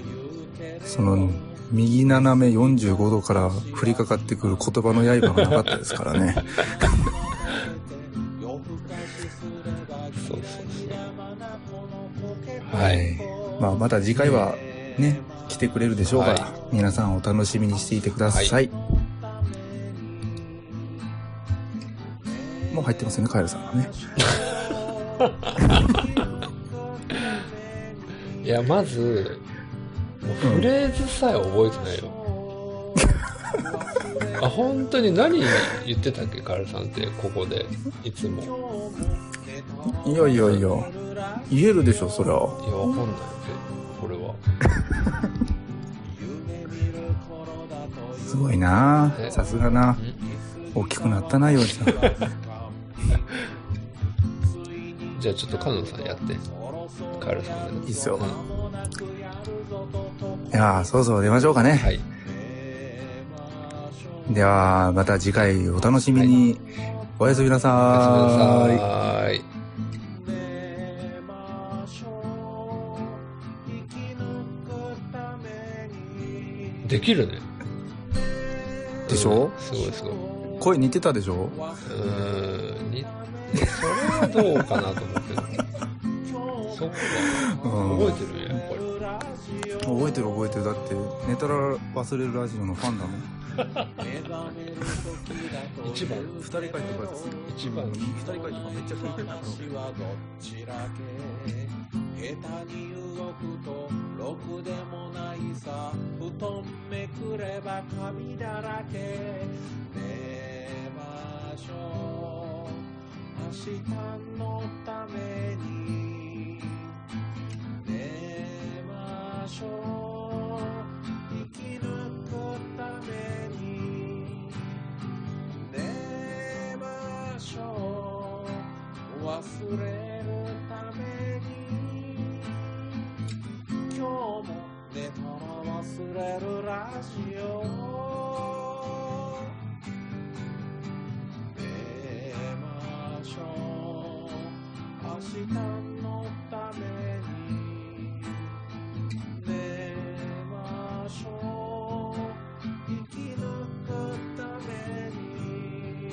Speaker 3: その、右斜め45度から降りかかってくる言葉の刃がなかったですからね。
Speaker 2: そうそうそう。
Speaker 3: はい。まあ、また次回はね、来てくれるでしょうから、
Speaker 2: は
Speaker 3: 皆さんお楽しみにしていてください。
Speaker 2: は
Speaker 3: もう入ってますよね、カエルさんがね。
Speaker 2: いや、まず、もうフレーズさえ覚えてないよ。あ、本当に何言ってたっけ、カエルさんって、ここで、いつも。いや、
Speaker 3: いやいやいや、言えるでしょ、それは。
Speaker 2: わかんないこれは。
Speaker 3: すごいな
Speaker 2: え
Speaker 3: さすがな大きくなったな、よ
Speaker 2: <laughs>
Speaker 3: うちゃん。
Speaker 2: じゃあちょっとカノンさんやって。カエルさんで。
Speaker 3: いいっすよ
Speaker 2: うん
Speaker 3: いやーそろそろ出ましょうかね。
Speaker 2: はい。
Speaker 3: では、また次回お楽しみに。おやすみな
Speaker 2: おやすみ
Speaker 3: さーい
Speaker 2: な。さーい。できるね。
Speaker 3: でしょ
Speaker 2: うんすごいすごい。
Speaker 3: 声似てたでしょ
Speaker 2: うーん、に、それはどうかなと思ってる。そうか。
Speaker 3: うん
Speaker 2: 覚えてるやっぱり。
Speaker 3: 覚えてる覚えてるだって寝たら忘れるラジオのファンだもん
Speaker 2: 一番
Speaker 3: 二人会とかですよ
Speaker 2: 一番
Speaker 3: 二人会とかめっちゃ聞いてた
Speaker 4: 話はどっちらけ下手に動くとろくでもないさ布団めくれば髪だらけ寝ましょう明日のために寝ましょう生き抜くために寝ましょう忘れるために今日も寝たら忘れるラジオ寝ましょう明日のために寝ましょう生き抜くために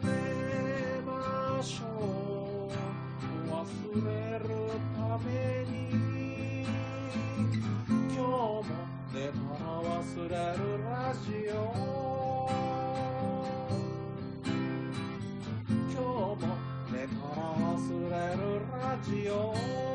Speaker 4: 寝ましょう忘れるために今日も寝たら忘れるラジオ今日も寝たら忘れるラジオ